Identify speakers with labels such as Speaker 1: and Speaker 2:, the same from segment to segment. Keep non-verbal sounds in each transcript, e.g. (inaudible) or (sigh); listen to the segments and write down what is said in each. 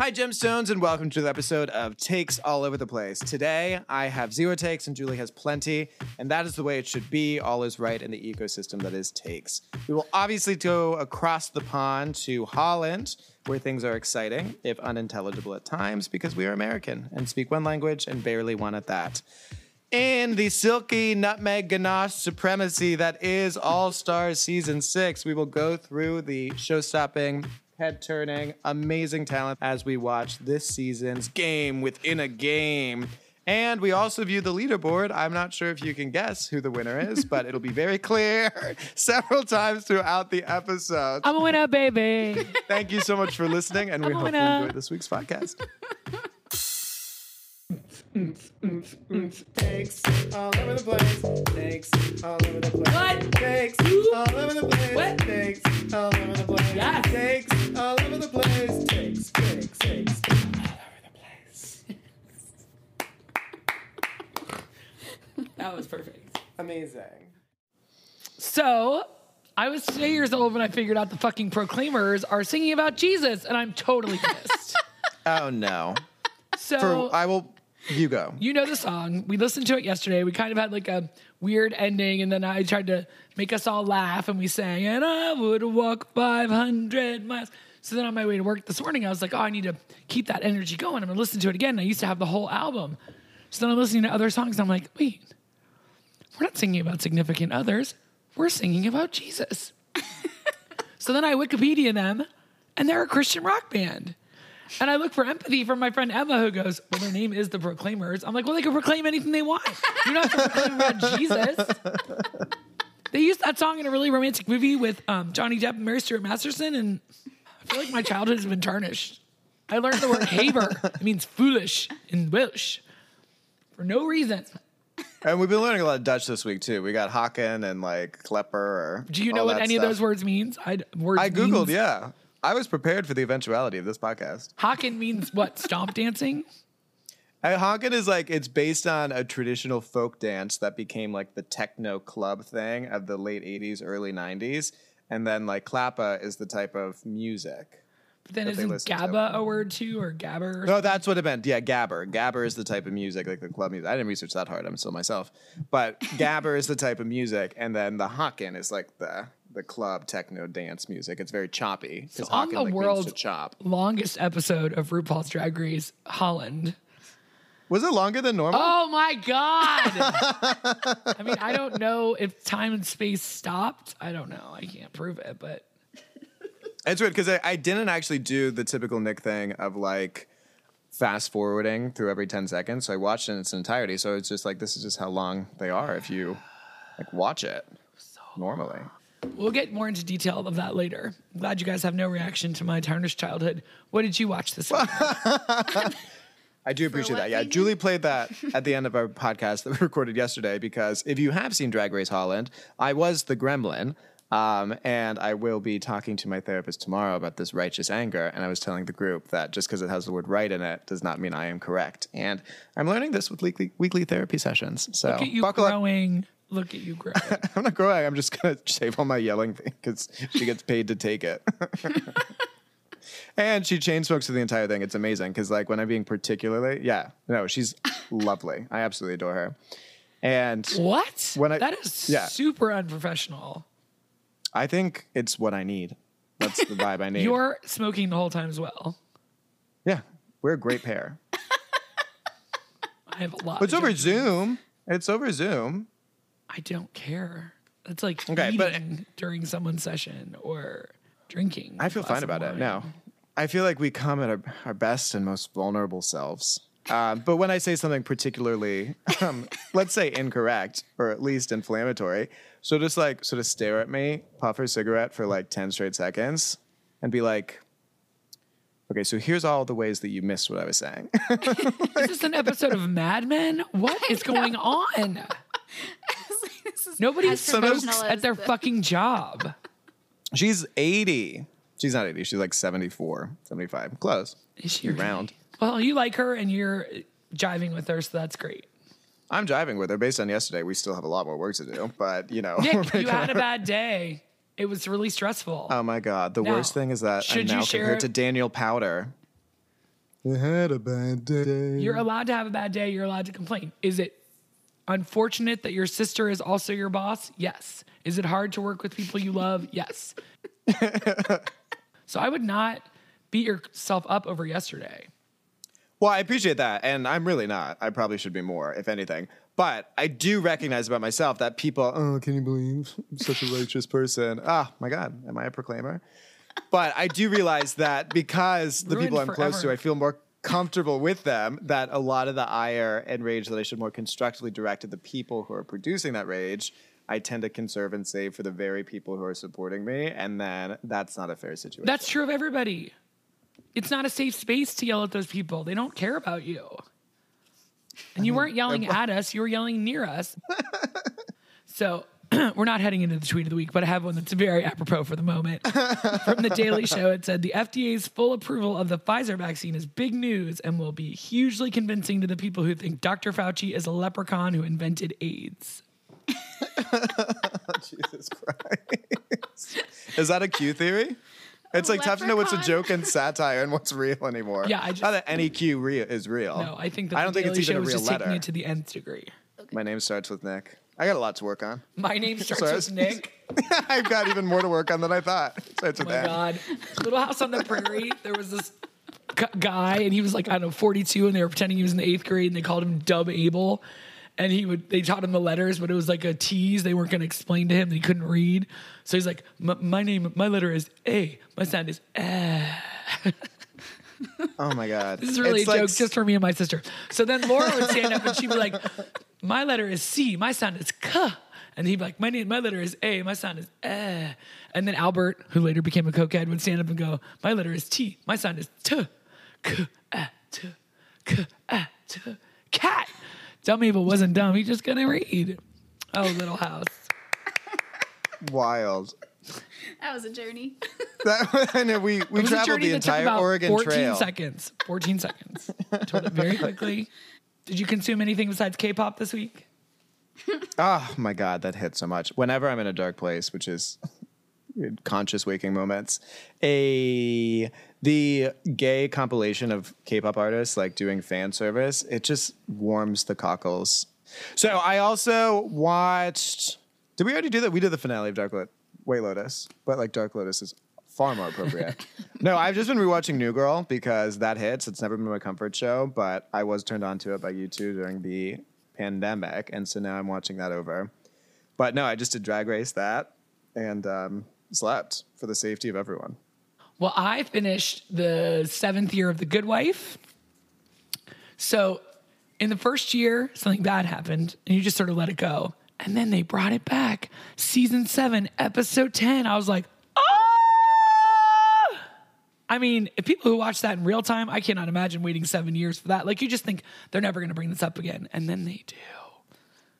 Speaker 1: Hi, Gemstones, and welcome to the episode of Takes All Over the Place. Today, I have zero takes and Julie has plenty, and that is the way it should be. All is right in the ecosystem that is takes. We will obviously go across the pond to Holland, where things are exciting, if unintelligible at times, because we are American and speak one language and barely one at that. In the silky nutmeg ganache supremacy that is All Stars Season 6, we will go through the show stopping, head turning, amazing talent as we watch this season's game within a game. And we also view the leaderboard. I'm not sure if you can guess who the winner is, but it'll be very (laughs) clear several times throughout the episode.
Speaker 2: I'm a winner, baby.
Speaker 1: Thank you so much for listening, and we hope you
Speaker 2: winner.
Speaker 1: enjoyed this week's podcast. Takes all over the place. Takes all over the place.
Speaker 2: What?
Speaker 1: Takes all over the place.
Speaker 2: What?
Speaker 1: Takes all over the place.
Speaker 2: Yes.
Speaker 1: Takes all over the place. Takes, takes, takes.
Speaker 2: that was perfect.
Speaker 1: Amazing.
Speaker 2: So, I was today years old when I figured out the fucking Proclaimers are singing about Jesus, and I'm totally pissed.
Speaker 1: Oh no.
Speaker 2: so,
Speaker 1: For, I will. You go.
Speaker 2: you know the song. We listened to it yesterday. We kind of had like a weird ending, and then I tried to make us all laugh, and we sang, and I would walk 500 miles. So then on my way to work this morning, I was like, oh, I need to keep that energy going. I'm going to listen to it again. And I used to have the whole album. So then I'm listening to other songs, and I'm like, wait, we're not singing about significant others. We're singing about Jesus. (laughs) so then I Wikipedia them, and they're a Christian rock band. And I look for empathy from my friend Emma, who goes, Well, their name is the Proclaimers. I'm like, Well, they can proclaim anything they want. You don't have to proclaim about Jesus. They used that song in a really romantic movie with um, Johnny Depp and Mary Stuart Masterson. And I feel like my childhood has been tarnished. I learned the word haver. It means foolish in Welsh for no reason.
Speaker 1: And we've been learning a lot of Dutch this week too. We got Haken and like Klepper. Or
Speaker 2: Do you
Speaker 1: all
Speaker 2: know what
Speaker 1: that
Speaker 2: any
Speaker 1: stuff.
Speaker 2: of those words means? I, words
Speaker 1: I googled.
Speaker 2: means-
Speaker 1: Yeah, I was prepared for the eventuality of this podcast.
Speaker 2: Haken means what? Stomp dancing?
Speaker 1: Uh, Honkin is like it's based on a traditional folk dance that became like the techno club thing of the late '80s, early '90s, and then like clappa is the type of music.
Speaker 2: But then
Speaker 1: That they
Speaker 2: isn't
Speaker 1: listen to.
Speaker 2: gabba a word too or gabber? Or
Speaker 1: No, Oh, that's what it meant. Yeah, gabber. Gabber is the type of music like the club music. I didn't research that hard. I'm still myself,
Speaker 2: (laughs)
Speaker 1: but gabber is the type of music, and then the Honkin is like the the club techno dance music. It's very choppy. 'cause
Speaker 2: on
Speaker 1: Honkin,
Speaker 2: the
Speaker 1: like, means to
Speaker 2: world-
Speaker 1: chop
Speaker 2: longest episode of RuPaul's Drag Race Holland.
Speaker 1: was it longer than normal?
Speaker 2: Oh
Speaker 1: (laughs)
Speaker 2: my god! I mean, I don't know if time and space stopped. I don't know. I can't prove it, but
Speaker 1: It's weird because I, I didn't actually do the typical Nick thing of like fast forwarding through every 10 seconds. So I watched it in its entirety. So it's just like, this is just how long they are if you like watch
Speaker 2: (sighs)
Speaker 1: it normally.
Speaker 2: we'll get more into detail of that later. Glad you guys have no reaction to my tarnished childhood. What did you watch this week?
Speaker 1: I do appreciate
Speaker 3: what
Speaker 1: that. Yeah,
Speaker 3: reason?
Speaker 1: Julie played
Speaker 2: (laughs)
Speaker 1: that at the end of our podcast that we (laughs) recorded yesterday because if you have seen Drag Race Holland, I was the gremlin. Um, and I will be talking to my therapist tomorrow about this righteous anger. And I was telling the group that just because it has the word right in it does not mean I am correct. And I'm learning this with weekly, weekly therapy sessions. So
Speaker 2: Look at you
Speaker 1: buckle up.
Speaker 2: growing. Look at you growing.
Speaker 1: (laughs) I'm not growing. I'm just (laughs) going to save all my yelling because she gets paid to take it. (laughs) and she chain smokes through the entire thing. It's amazing because, like, when I'm being particularly, yeah, no, she's lovely. I absolutely adore her. And
Speaker 2: what?
Speaker 1: When I-
Speaker 2: that is
Speaker 1: yeah.
Speaker 2: super unprofessional.
Speaker 1: I think it's what I need. That's the vibe I need.
Speaker 2: (laughs) You're smoking the whole time as well.
Speaker 1: yeah, we're a great pair.
Speaker 2: I have a lot.
Speaker 1: But it's
Speaker 2: of
Speaker 1: over
Speaker 2: judgment.
Speaker 1: Zoom. It's over Zoom.
Speaker 2: I don't care. That's like
Speaker 1: Okay, but-
Speaker 2: eating during someone's session or drinking.
Speaker 1: I feel
Speaker 2: a glass
Speaker 1: fine
Speaker 2: of
Speaker 1: about it
Speaker 2: wine.
Speaker 1: now. I feel like we come at our, our best and most vulnerable selves. Um, but when I say something particularly,
Speaker 2: (laughs)
Speaker 1: um, let's say incorrect or at least inflammatory, so just like sort of stare at me, puff her cigarette for like 10 straight seconds and be like, okay, so here's all the ways that you missed what I was saying. (laughs)
Speaker 2: Is this an episode of Mad Men? What is going on?
Speaker 3: (laughs) This is
Speaker 2: Nobody
Speaker 3: as
Speaker 2: smokes
Speaker 3: professional
Speaker 2: at
Speaker 3: as
Speaker 2: their
Speaker 3: the- (laughs)
Speaker 2: fucking job.
Speaker 1: She's 80. She's not 80. She's like 74, 75. Close.
Speaker 2: Is she really?
Speaker 1: round.
Speaker 2: Well, you like her and you're jiving with her, so
Speaker 1: (laughs)
Speaker 2: that's great.
Speaker 1: I'm driving with her based on yesterday. We still have a lot more work to do, but you know. we're
Speaker 2: Nick, you
Speaker 1: making
Speaker 2: had a bad day. It was really stressful.
Speaker 1: Oh my god! The
Speaker 2: Now,
Speaker 1: worst thing is that
Speaker 2: should
Speaker 1: I'm
Speaker 2: you
Speaker 1: now
Speaker 2: share-
Speaker 1: compared to Daniel Powder. I had a bad day.
Speaker 2: You're allowed to have a bad day. You're allowed to complain. Is it unfortunate that your sister is also your boss? Yes. Is it hard to work with people you love? Yes. so I would not beat yourself up over yesterday.
Speaker 1: Well, I appreciate that, and I'm really not. I probably should be more, if anything. But I do recognize about myself that people, oh, can you believe I'm (laughs) such a righteous person? Ah, my God, am I a proclaimer? But I do realize that because the people I'm
Speaker 2: Ruined
Speaker 1: close to,
Speaker 2: forever.
Speaker 1: I feel more comfortable with them, that a lot of the ire and rage that I should more constructively direct at the people who are producing that rage, I tend to conserve and save for the very people who are supporting me. And then that's not a fair situation.
Speaker 2: That's true of everybody. It's not a safe space to yell at those people. They don't care about you. And you weren't yelling at us, you were yelling
Speaker 1: (laughs)
Speaker 2: near us. so (clears throat) we're not heading into the tweet of the week, but I have one that's very apropos for the moment. From the
Speaker 1: (laughs)
Speaker 2: Daily Show, it said the FDA's full approval of the Pfizer vaccine is big news and will be hugely convincing to the people who think Dr. Fauci is a leprechaun who invented AIDS.
Speaker 1: Jesus Christ. Is that a Q theory? It's like tough to know what's a
Speaker 3: Leprechaun.
Speaker 1: joke and satire and what's real anymore.
Speaker 2: Yeah, I just-
Speaker 1: not that any Q re- is real.
Speaker 2: No, I think that
Speaker 1: I
Speaker 2: the
Speaker 1: don't think
Speaker 2: Daily
Speaker 1: it's even
Speaker 2: Show
Speaker 1: a
Speaker 2: is
Speaker 1: real
Speaker 2: just
Speaker 1: letter.
Speaker 2: taking it to the nth degree.
Speaker 1: My name starts with Nick. I got a lot to work on. (laughs)
Speaker 2: My name starts
Speaker 1: Sorry.
Speaker 2: with Nick.
Speaker 1: I've got even more to work on than I thought. It starts with
Speaker 2: Oh my
Speaker 1: that.
Speaker 2: god little house on the prairie there was this gu- guy and he was like i don't know 42 and they were pretending he was in the eighth grade and they called him dub abel and he would they taught him the letters but it was like a tease they weren't going to explain to him they couldn't read so he's like "M- my name my letter is a my sound is
Speaker 1: Oh my god.
Speaker 2: This is really
Speaker 1: It's
Speaker 2: a
Speaker 1: like
Speaker 2: joke just for me and my sister. So then Laura would stand up and she'd be like, My letter is C, my sound is K. And he'd be like, My name, my letter is A, my sound is eh. And then Albert, who later became a cokehead, would stand up and go, My letter is T, my sound is T, K, eh, T, K, eh, T, cat. Dumb Abel wasn't dumb, he just couldn't read. Oh, little house.
Speaker 1: wild. (laughs)
Speaker 3: That was a journey. (laughs)
Speaker 1: That, I know we we
Speaker 2: It was a
Speaker 1: traveled
Speaker 2: journey
Speaker 1: the
Speaker 2: that took
Speaker 1: entire
Speaker 2: about
Speaker 1: Oregon
Speaker 2: 14
Speaker 1: Trail.
Speaker 2: seconds. 14 seconds. Told it very quickly. Did you consume anything besides K pop this week?
Speaker 1: Oh my god, that hit so much. Whenever I'm in a dark place, which is conscious waking moments, a the gay compilation of K-pop artists like doing fan service, it just warms the cockles. So I also watched. Did we already do that? We did the finale of Dark Lo- White Lotus, but like Dark Lotus is far more appropriate. no, I've just been rewatching New Girl because that hits. It's never been my comfort show, but I was turned on to it by you two during the pandemic, and so now I'm watching that over. But no, I just did Drag Race that and um, slept for the safety of everyone.
Speaker 2: Well, I finished the seventh year of The Good Wife. So, in the first year, something bad happened and you just sort of let it go. And then they brought it back. Season seven, episode 10. I was like, oh! I mean, if people who watch that in real time, I cannot imagine waiting seven years for that. Like, you just think they're never going to bring this up again. And then they do.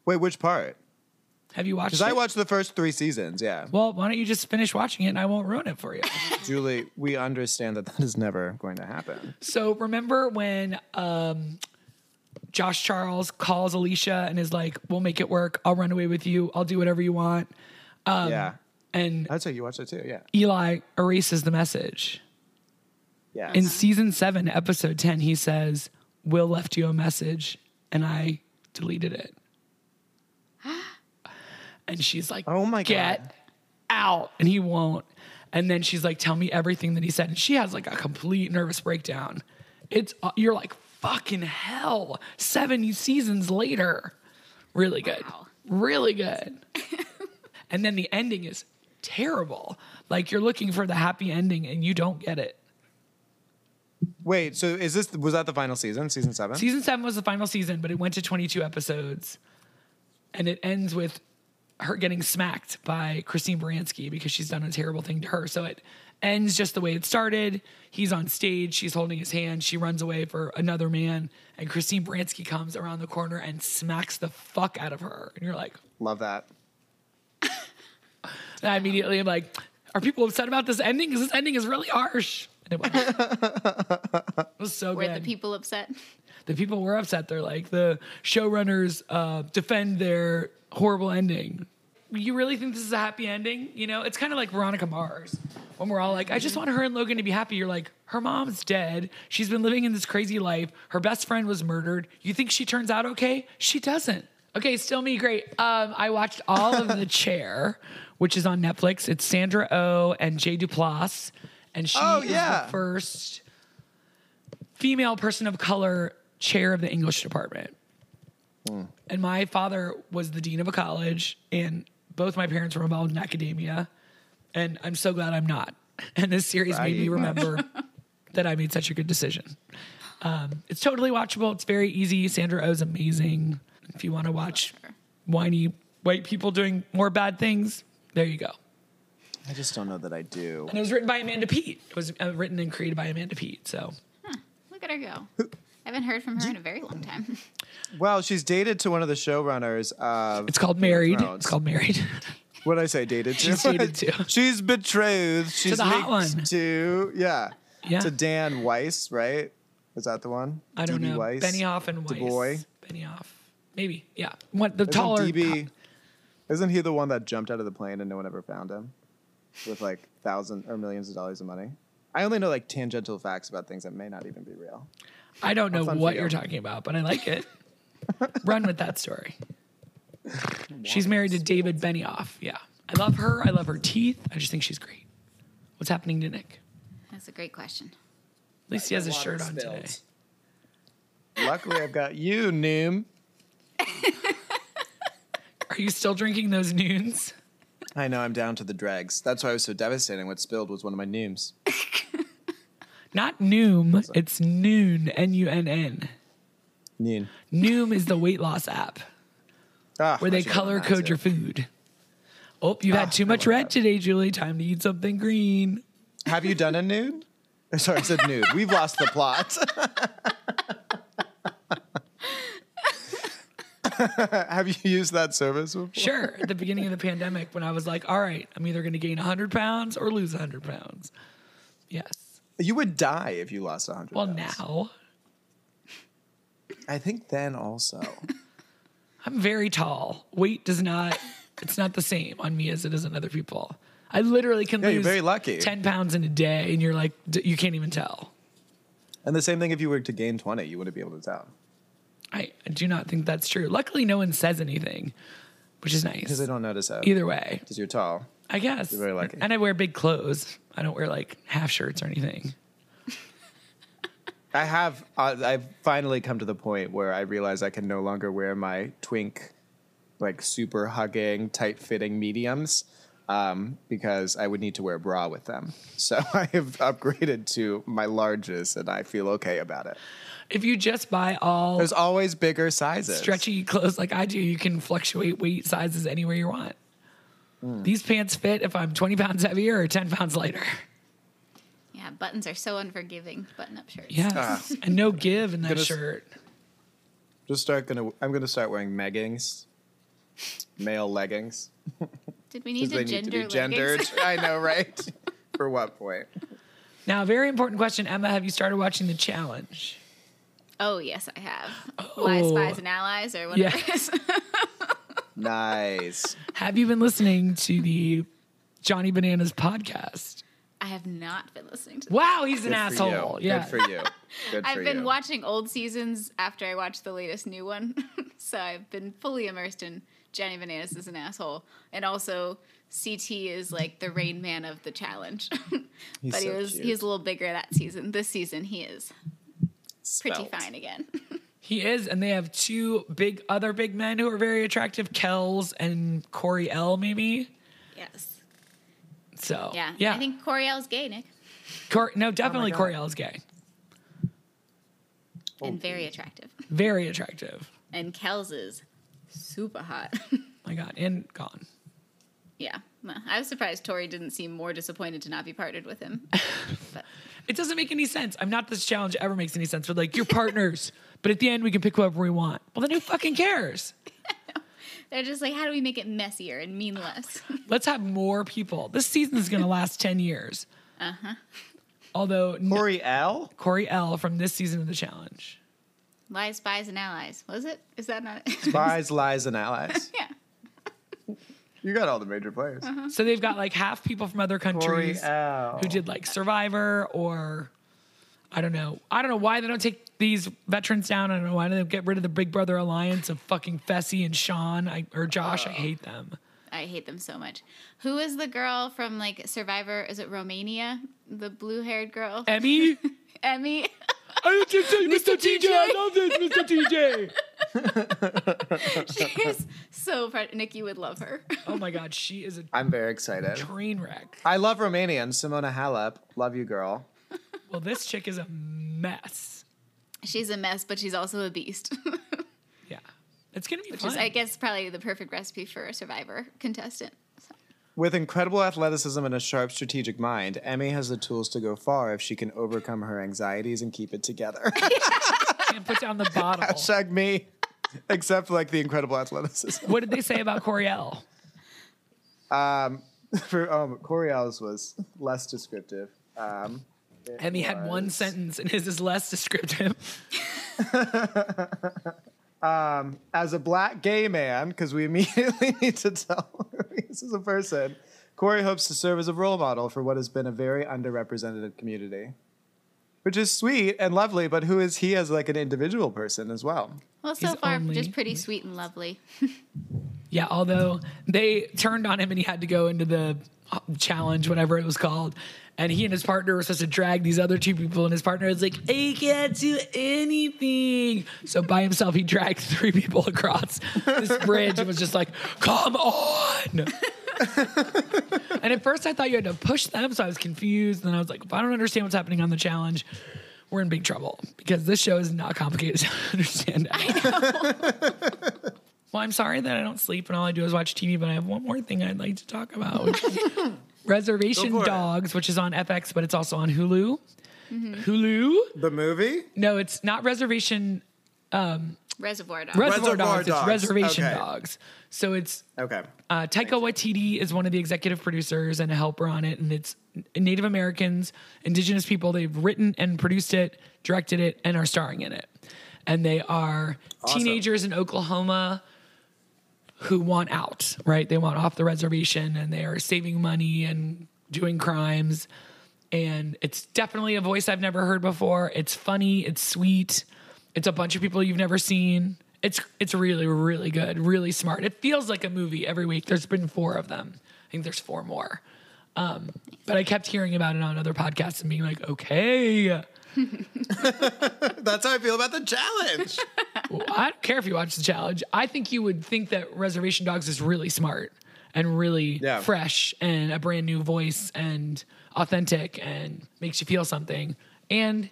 Speaker 1: Wait, which part?
Speaker 2: Have you watched
Speaker 1: Because I
Speaker 2: it?
Speaker 1: watched the first three seasons. Yeah,
Speaker 2: well, why don't you just finish watching it and I won't ruin it for you?
Speaker 1: Julie, we understand that that is never going to happen.
Speaker 2: So remember when um, Josh Charles calls Alicia and is like, "We'll make it work. I'll run away with you. I'll do whatever you want." Um,
Speaker 1: yeah,
Speaker 2: And
Speaker 1: that's how you watched it too. Yeah,
Speaker 2: Eli erases the message.
Speaker 1: yeah.
Speaker 2: In season seven, episode ten, he says, "Will left you a message, and I deleted it." (gasps) And she's like,
Speaker 1: Oh my
Speaker 2: get
Speaker 1: God.
Speaker 2: out!" And he won't. And then she's like, "Tell me everything that he said." And she has like a complete nervous breakdown. It's uh, you're like fucking hell. Seven seasons later, really good,
Speaker 3: Wow.
Speaker 2: really good. (laughs) and then the ending is terrible. Like you're looking for the happy ending and you don't get it.
Speaker 1: Wait, so is this was that the final season, season seven?
Speaker 2: Season seven was the final season, but it went to 22 episodes. And it ends with her getting smacked by Christine Baranski because she's done a terrible thing to her. So it ends just the way it started. He's on stage, she's holding his hand, she runs away for another man, and Christine Baranski comes around the corner and smacks the fuck out of her. And you're like,
Speaker 1: Love that.
Speaker 2: and I immediately am like, are people upset about this ending? Because this ending is really harsh. And it was, (laughs) it was so
Speaker 3: Were
Speaker 2: good.
Speaker 3: the people upset?
Speaker 2: the people were upset. They're like, the showrunners uh, defend their horrible ending. you really think this is a happy ending? You know, it's kind of like Veronica Mars when we're all like, I just want her and Logan to be happy. You're like, her mom's dead. She's been living in this crazy life. Her best friend was murdered. You think she turns out okay? She doesn't. Okay, still me, great. Um, I watched all of The Chair, which is on Netflix. It's Sandra Oh and Jay Duplass, and she
Speaker 1: Oh,
Speaker 2: is
Speaker 1: yeah.
Speaker 2: the first female person of color chair of the English department. And my father was the dean of a college, and both my parents were involved in academia. And I'm so glad I'm not. (laughs) And this series made me
Speaker 1: Right.
Speaker 2: remember that I made such a good decision. Um, it's totally watchable. It's very easy. Sandra O's amazing. If you want to watch whiny white people doing more bad things, there you go.
Speaker 1: I just don't know that I do.
Speaker 2: And it was written by Amanda Peet. It was uh, written and created by Amanda Peet. So
Speaker 3: Look at her go. I haven't heard from her in a very long time. (laughs)
Speaker 1: Well, she's dated to one of the showrunners of
Speaker 2: it's called Married.
Speaker 1: Thrones.
Speaker 2: It's called Married. (laughs)
Speaker 1: what did I say? Dated to.
Speaker 2: She's dated to.
Speaker 1: (laughs) she's betrothed. She's
Speaker 2: the hot
Speaker 1: linked
Speaker 2: one.
Speaker 1: To yeah.
Speaker 2: Yeah.
Speaker 1: To Dan Weiss, right? Is that the one?
Speaker 2: I don't
Speaker 1: DB
Speaker 2: know.
Speaker 1: Weiss?
Speaker 2: Benioff and Weiss.
Speaker 1: Boy?
Speaker 2: Benioff. Maybe. Yeah. What the
Speaker 1: Isn't
Speaker 2: taller
Speaker 1: DB? Isn't he the one that jumped out of the plane and no one ever found him, with like thousands or millions of dollars of money? I only know like tangential facts about things that may not even be real.
Speaker 2: I don't know
Speaker 1: fun for
Speaker 2: what
Speaker 1: you.
Speaker 2: you're talking about, but I like
Speaker 1: (laughs)
Speaker 2: it. Run with that story. She's married to David Benioff. Yeah. I love her. I love her teeth. I just think she's great. What's happening to Nick?
Speaker 3: That's a great question.
Speaker 2: At least he has his shirt on today.
Speaker 1: Luckily, I've got you, Noom.
Speaker 2: Are you still drinking those noons?
Speaker 1: I know I'm down to the dregs. That's why I was so devastating. What spilled was one of my nooms.
Speaker 2: Not Noom. It's Noon. N U N N.
Speaker 1: Noon.
Speaker 2: Noom is the weight loss app
Speaker 1: Ah,
Speaker 2: where
Speaker 1: I
Speaker 2: they
Speaker 1: should have
Speaker 2: color
Speaker 1: known
Speaker 2: code
Speaker 1: that,
Speaker 2: your
Speaker 1: too.
Speaker 2: food. Oh, you
Speaker 1: Ah,
Speaker 2: had too
Speaker 1: I
Speaker 2: much
Speaker 1: love
Speaker 2: red
Speaker 1: that.
Speaker 2: today, Julie. Time to eat something
Speaker 1: (laughs)
Speaker 2: green.
Speaker 1: Have you done a nude? (laughs) Sorry, I said nude. We've lost the plot. (laughs) Have you used that service before?
Speaker 2: Sure. At the beginning of the pandemic, when I was like, all right, I'm either going to gain 100 pounds or lose 100 pounds. Yes.
Speaker 1: You would die if you lost 100
Speaker 2: Well,
Speaker 1: pounds.
Speaker 2: now
Speaker 1: I think then
Speaker 2: (laughs)
Speaker 1: also.
Speaker 2: I'm very tall. Weight does not, it's not the same on me as it is on other people. I literally can
Speaker 1: Yeah,
Speaker 2: lose
Speaker 1: you're very lucky.
Speaker 2: 10 pounds in a day, and you're like, d- you can't even tell.
Speaker 1: And the same thing if you were to gain 20, you wouldn't be able to tell.
Speaker 2: I I do not think that's true. Luckily, no one says anything, which is nice.
Speaker 1: Because they don't notice that.
Speaker 2: Either way,
Speaker 1: Because you're tall.
Speaker 2: I guess.
Speaker 1: You're very lucky.
Speaker 2: And I wear big clothes. I don't wear like half shirts or anything.
Speaker 1: I have. Uh, I've finally come to the point where I realize I can no longer wear my twink, like super hugging, tight fitting mediums, um, because I would need to wear a bra with them. (laughs) So I have upgraded to my larges, and I feel okay about it.
Speaker 2: If you just buy all
Speaker 1: There's always bigger sizes.
Speaker 2: stretchy clothes like I do, you can fluctuate weight sizes anywhere you want.
Speaker 1: Hmm.
Speaker 2: These pants fit if I'm 20 pounds heavier or 10 pounds lighter.
Speaker 3: Yeah, buttons are so unforgiving. Button up shirts.
Speaker 2: Yes. And no give in that
Speaker 1: Ah. Goodness.
Speaker 2: shirt.
Speaker 1: Just start gonna. I'm gonna start wearing meggings, male leggings.
Speaker 3: Did we
Speaker 1: 'cause
Speaker 3: need
Speaker 1: they
Speaker 3: to
Speaker 1: need to
Speaker 3: gender
Speaker 1: be
Speaker 3: leggings?
Speaker 1: gendered. (laughs) I know, right? For what point?
Speaker 2: Now, very important question, Emma. Have you started watching The Challenge?
Speaker 3: (laughs) Oh yes, I have. Why
Speaker 2: Oh.
Speaker 3: spies and allies or whatever.
Speaker 2: Yeah.
Speaker 3: it is. (laughs)
Speaker 1: Nice.
Speaker 2: Have you been listening to the Johnny Bananas podcast?
Speaker 3: I have not been listening to. That.
Speaker 2: Wow, he's an
Speaker 1: Good
Speaker 2: asshole.
Speaker 1: For you.
Speaker 2: Yeah.
Speaker 1: Good for you. Good for
Speaker 3: (laughs) I've been
Speaker 1: you.
Speaker 3: watching old seasons after I watched the latest new one, (laughs) so I've been fully immersed in Johnny Bananas is an asshole, and also CT is like the Rain Man of the challenge. (laughs)
Speaker 1: He's
Speaker 3: but he
Speaker 1: so
Speaker 3: was
Speaker 1: cute.
Speaker 3: he was a little bigger that season. This season he is pretty
Speaker 1: Spelt.
Speaker 3: fine again. (laughs)
Speaker 2: He is, and they have two big other big men who are very attractive, Kells and Corey L, maybe.
Speaker 3: yes.
Speaker 1: Oh.
Speaker 2: So
Speaker 3: Yeah.
Speaker 2: yeah.
Speaker 3: I think Oh Coriel's gay, Nick,
Speaker 2: Cor- no, definitely
Speaker 1: God.
Speaker 2: Corey L is gay.
Speaker 1: Oh.
Speaker 3: and very attractive.
Speaker 2: Very attractive. Oh
Speaker 3: And Kells is super hot. (laughs)
Speaker 2: My God, and gone.
Speaker 3: yeah. Well, I was surprised Tori didn't seem more disappointed to not be partnered with him.
Speaker 1: (laughs)
Speaker 3: But
Speaker 2: It doesn't make any sense. I'm not this challenge ever makes any sense. But like, you're
Speaker 3: (laughs)
Speaker 2: partners, but at the end we can pick whoever we want. Well, then who fucking cares?
Speaker 3: they're just like, how do we make it messier and mean less?
Speaker 2: Let's have more people. This season is going to last ten years. Uh huh.
Speaker 3: Uh-huh.
Speaker 2: Although no,
Speaker 1: Corey
Speaker 3: (laughs)
Speaker 1: L.
Speaker 2: Corey L from this season of the challenge.
Speaker 3: Lies, spies, and allies. Was it? (laughs) Is that not it?
Speaker 1: Spies, lies, and allies.
Speaker 3: (laughs) yeah. Uh-huh.
Speaker 1: You got all the major players.
Speaker 2: So they've got like half people from other countries
Speaker 1: Al.
Speaker 2: who did like Survivor or I don't know. I don't know why they don't take these veterans down. I don't know why they don't get rid of the Big Brother alliance of fucking Fessy and Sean I, or Josh. I hate them.
Speaker 3: I hate them so much. Who is the girl from like Survivor? Is it Romania? The blue haired girl?
Speaker 2: (laughs) Emmy,
Speaker 3: Emmy? (laughs)
Speaker 2: I have to say, Mr. TJ, I love this, Mr. TJ.
Speaker 3: She's so fr- Nikki would love her.
Speaker 2: (laughs)
Speaker 3: (laughs)
Speaker 2: Oh my God, she is a
Speaker 1: I'm very excited.
Speaker 2: train wreck.
Speaker 1: I love Romania and Simona Halep. Love you, girl.
Speaker 2: Well, this chick is a mess.
Speaker 3: She's a mess, but she's also a beast. (laughs)
Speaker 2: Yeah, it's gonna be
Speaker 3: Which
Speaker 2: fun.
Speaker 3: is, I guess, probably the perfect recipe for a survivor contestant. So,
Speaker 1: With incredible athleticism and a sharp strategic mind, Emmy has the tools to go far if she can overcome her anxieties and keep it together. (laughs)
Speaker 2: Can't put down
Speaker 3: (laughs)
Speaker 2: the bottle.
Speaker 1: Hashtag me. Except like the incredible athleticism. (laughs)
Speaker 2: What did they say about Coriel?
Speaker 1: For um, Coriel's was less descriptive. Um,
Speaker 2: Emmy had one
Speaker 1: was-
Speaker 2: sentence, and his is less descriptive.
Speaker 1: as a black gay man, because we (laughs) immediately need to tell (laughs) who he is as a person, Corey hopes to serve as a role model for what has been a very underrepresented community. Which is sweet and lovely, but who is he as like an individual person as well?
Speaker 3: well, so
Speaker 2: He's
Speaker 3: far,
Speaker 2: only-
Speaker 3: just pretty sweet and lovely.
Speaker 2: Yeah, although they turned on him and he had to go into the uh, challenge, whatever it was called. And he and his partner were supposed to drag these other two people, and his partner was like, I can't do anything. So by himself, he dragged (laughs) three people across this bridge and was just like, Come on. and at first, I thought you had to push them, so I was confused. And I was like, If I don't understand what's happening on the challenge, we're in big trouble because this show is not complicated (laughs) to understand. at all. (laughs) Well, I'm sorry that I don't sleep and all I do is watch TV, but I have one more thing I'd like to talk about.
Speaker 1: (laughs)
Speaker 2: which is Reservation
Speaker 1: Go for it.
Speaker 2: Dogs, which is on FX, but it's also on Hulu.
Speaker 1: Mm-hmm.
Speaker 2: Hulu?
Speaker 1: The movie?
Speaker 2: No, it's not Reservation
Speaker 3: Reservoir Dogs.
Speaker 2: Reservoir,
Speaker 1: Reservoir
Speaker 2: Dogs,
Speaker 1: Dogs,
Speaker 2: It's Reservation
Speaker 1: okay.
Speaker 2: Dogs. So it's
Speaker 1: Okay.
Speaker 2: uh, Taika Waititi is one of the executive producers and a helper on it, and it's Native Americans, Indigenous people. They've written and produced it, directed it, and are starring in it. And they are teenagers in Oklahoma who want out, right? They want off the reservation, and they are saving money and doing crimes. And it's definitely a voice I've never heard before. It's funny. It's sweet. It's a bunch of people you've never seen. It's it's really really good, really smart. It feels like a movie every week. There's been four of them. I think there's four more. Um, but I kept hearing about it on other podcasts and being like, okay, well,
Speaker 1: That's how I feel about the (laughs) challenge.
Speaker 2: I don't care if you watch the challenge. I think you would think that Reservation Dogs is really smart and really
Speaker 1: Yeah.
Speaker 2: fresh and a brand new voice and authentic and makes you feel something. And